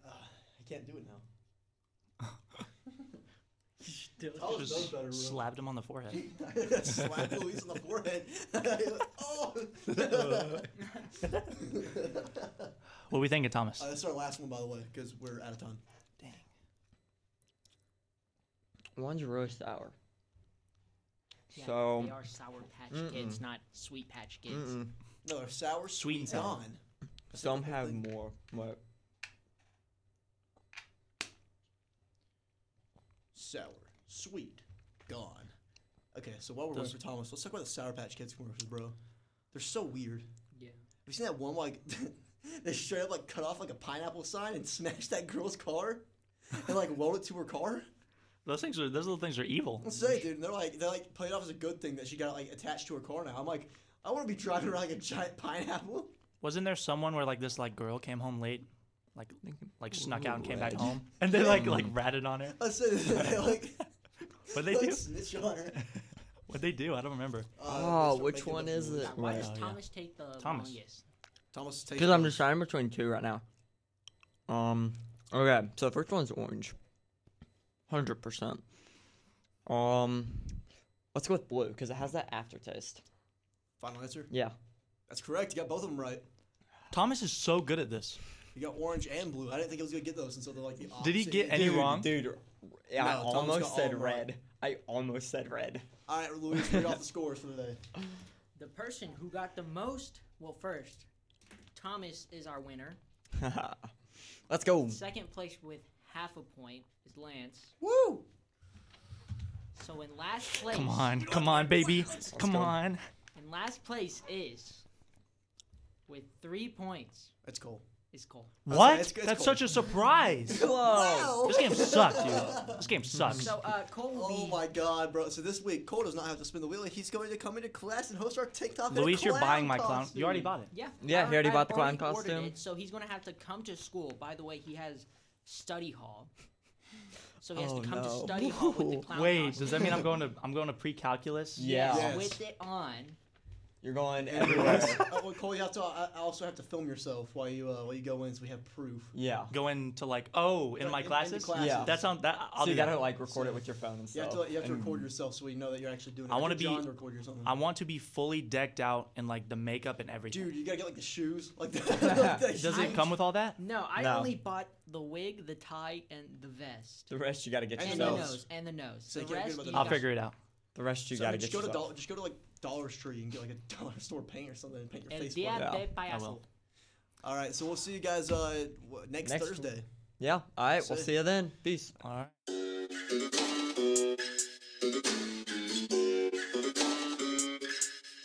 [SPEAKER 2] Uh, I can't do it now. Thomas knows
[SPEAKER 4] Just
[SPEAKER 2] better, bro.
[SPEAKER 4] slapped him on the forehead.
[SPEAKER 2] Slap Luis on the forehead. oh!
[SPEAKER 4] What we thinking, Thomas?
[SPEAKER 2] Uh, that's our last one, by the way, because we're out of time.
[SPEAKER 1] One's really sour.
[SPEAKER 3] Yeah,
[SPEAKER 1] So-
[SPEAKER 3] they are sour patch kids, not sweet patch kids.
[SPEAKER 2] No, they're sour,
[SPEAKER 4] Sweet and
[SPEAKER 2] sweet,
[SPEAKER 4] sour.
[SPEAKER 2] gone.
[SPEAKER 1] Some have
[SPEAKER 2] thing.
[SPEAKER 1] more. But
[SPEAKER 2] Sour, sweet, gone. Okay, so while we're
[SPEAKER 4] Those-
[SPEAKER 2] waiting for Thomas, let's talk about the Sour Patch Kids commercials, bro. They're so weird.
[SPEAKER 3] Yeah.
[SPEAKER 2] Have you seen that one like they straight up like cut off like a pineapple sign and smashed that girl's car and like welded it to her car?
[SPEAKER 4] Those things are. Those little things are evil.
[SPEAKER 2] I'm saying, dude, and they're like they're like played off as a good thing that she got like attached to her car now. I'm like, I want to be driving around like a giant pineapple.
[SPEAKER 4] Wasn't there someone where like this like girl came home late, like like snuck out and came back
[SPEAKER 2] Ooh,
[SPEAKER 4] home, and they like like ratted on her?
[SPEAKER 2] I said they, like,
[SPEAKER 4] What they
[SPEAKER 2] they like
[SPEAKER 4] do?
[SPEAKER 2] snitch on her. Uh,
[SPEAKER 4] What they do? I don't remember.
[SPEAKER 1] Oh,
[SPEAKER 2] they start
[SPEAKER 1] which
[SPEAKER 2] making
[SPEAKER 1] one
[SPEAKER 2] the
[SPEAKER 1] is
[SPEAKER 2] food.
[SPEAKER 1] it?
[SPEAKER 3] Why
[SPEAKER 4] Right.
[SPEAKER 3] does
[SPEAKER 4] Oh, yeah.
[SPEAKER 3] Thomas take the
[SPEAKER 4] Thomas.
[SPEAKER 3] longest?
[SPEAKER 2] Thomas is
[SPEAKER 6] Because I'm deciding between two right now. Um. Okay. So the first one's orange. Hundred percent. Um. Let's go with blue because it has that aftertaste.
[SPEAKER 2] Final answer.
[SPEAKER 6] Yeah.
[SPEAKER 2] That's correct. You got both of them right.
[SPEAKER 4] Thomas is so good at this.
[SPEAKER 2] You got orange and blue. I didn't think I was gonna get those until they're like the opposite.
[SPEAKER 4] Did he get any
[SPEAKER 1] dude,
[SPEAKER 4] wrong?
[SPEAKER 1] Dude, yeah, I
[SPEAKER 2] No, Tom's
[SPEAKER 1] almost
[SPEAKER 2] got
[SPEAKER 1] said
[SPEAKER 2] all right.
[SPEAKER 1] red. I almost said red.
[SPEAKER 2] All right, Luis, read off the scores for today.
[SPEAKER 3] The person who got the most, well, first, Thomas is our winner.
[SPEAKER 6] Let's
[SPEAKER 1] Mm.
[SPEAKER 6] go.
[SPEAKER 3] Second place with half a point is Lance.
[SPEAKER 2] Woo!
[SPEAKER 3] So in last place,
[SPEAKER 4] Come on, come on, baby, come
[SPEAKER 1] go.
[SPEAKER 4] on.
[SPEAKER 3] in last place is with three points
[SPEAKER 2] That's cool.
[SPEAKER 3] is Cole.
[SPEAKER 4] What?
[SPEAKER 2] it's- it's
[SPEAKER 4] That's
[SPEAKER 2] cold.
[SPEAKER 4] such a surprise.
[SPEAKER 2] Wow.
[SPEAKER 1] Oh.
[SPEAKER 4] This game sucks, dude. This game sucks.
[SPEAKER 3] So uh, Cole will
[SPEAKER 2] Oh
[SPEAKER 3] be
[SPEAKER 2] my god, bro. So this week, Cole does not have to spin the wheel. He's going to come into class and host our TikTok. in a
[SPEAKER 4] Luis, you're
[SPEAKER 2] clown
[SPEAKER 4] buying my clown.
[SPEAKER 2] costume.
[SPEAKER 4] You already bought it.
[SPEAKER 3] yeah.
[SPEAKER 6] Yeah,
[SPEAKER 3] I-
[SPEAKER 6] he already
[SPEAKER 3] I've
[SPEAKER 6] bought the clown
[SPEAKER 3] already ordered
[SPEAKER 6] costume.
[SPEAKER 3] it, so he's gonna have to come to school. By the way, he has study hall. So he has
[SPEAKER 6] Oh,
[SPEAKER 3] to come
[SPEAKER 6] no.
[SPEAKER 3] to study hall with the
[SPEAKER 6] Whoa.
[SPEAKER 3] clown
[SPEAKER 4] Wait,
[SPEAKER 3] costume.
[SPEAKER 4] does that mean I'm going to I'm going to pre-calculus?
[SPEAKER 6] Yeah.
[SPEAKER 2] Yes.
[SPEAKER 3] With it on.
[SPEAKER 6] You're going
[SPEAKER 2] And
[SPEAKER 6] everywhere.
[SPEAKER 2] Luis, uh, well, Cole, you have to. I I also have to film yourself while you uh, while you go in, so we have proof.
[SPEAKER 6] yeah.
[SPEAKER 4] Go into like oh in
[SPEAKER 2] Right,
[SPEAKER 4] my
[SPEAKER 2] in- in the
[SPEAKER 4] classes.
[SPEAKER 2] classes.
[SPEAKER 6] Yeah.
[SPEAKER 4] That sounds that I'll
[SPEAKER 6] so
[SPEAKER 4] do
[SPEAKER 6] you gotta
[SPEAKER 4] that.
[SPEAKER 6] like record it with your phone and
[SPEAKER 2] You have
[SPEAKER 6] stuff.
[SPEAKER 2] to you have to
[SPEAKER 6] and-
[SPEAKER 2] record yourself so we know that you're actually doing it.
[SPEAKER 4] I wanna
[SPEAKER 2] Get
[SPEAKER 4] be-
[SPEAKER 2] John to record you or something.
[SPEAKER 4] I want to be fully decked out in like the makeup and everything.
[SPEAKER 2] Dude, you gotta get like the shoes. Like the,
[SPEAKER 4] Does it come with all that?
[SPEAKER 3] No, I
[SPEAKER 6] No.
[SPEAKER 3] only bought the wig, the tie, and the vest.
[SPEAKER 6] The rest you gotta get
[SPEAKER 2] And
[SPEAKER 3] And
[SPEAKER 6] yourself.
[SPEAKER 3] the
[SPEAKER 2] nose.
[SPEAKER 3] nose. And the nose.
[SPEAKER 2] So
[SPEAKER 3] the
[SPEAKER 2] you can't
[SPEAKER 3] rest
[SPEAKER 2] give it
[SPEAKER 3] you
[SPEAKER 2] the
[SPEAKER 4] I'll
[SPEAKER 3] got-
[SPEAKER 2] nose.
[SPEAKER 4] figure it out.
[SPEAKER 6] The rest you
[SPEAKER 2] So, I
[SPEAKER 6] gotta
[SPEAKER 2] mean,
[SPEAKER 6] get
[SPEAKER 2] just go to
[SPEAKER 6] yourself.
[SPEAKER 2] dollar, just go to like Dollar Tree and get like a dollar store paint or something and paint your
[SPEAKER 3] El
[SPEAKER 2] face.
[SPEAKER 3] día
[SPEAKER 2] white.
[SPEAKER 6] Yeah, Oh,
[SPEAKER 3] de
[SPEAKER 4] I
[SPEAKER 3] payaso.
[SPEAKER 4] will.
[SPEAKER 2] All right, so we'll see you guys uh, wh- next,
[SPEAKER 6] Next-
[SPEAKER 2] Thursday.
[SPEAKER 6] yeah. All right. We'll
[SPEAKER 2] See-
[SPEAKER 6] see you then. Peace.
[SPEAKER 4] All right.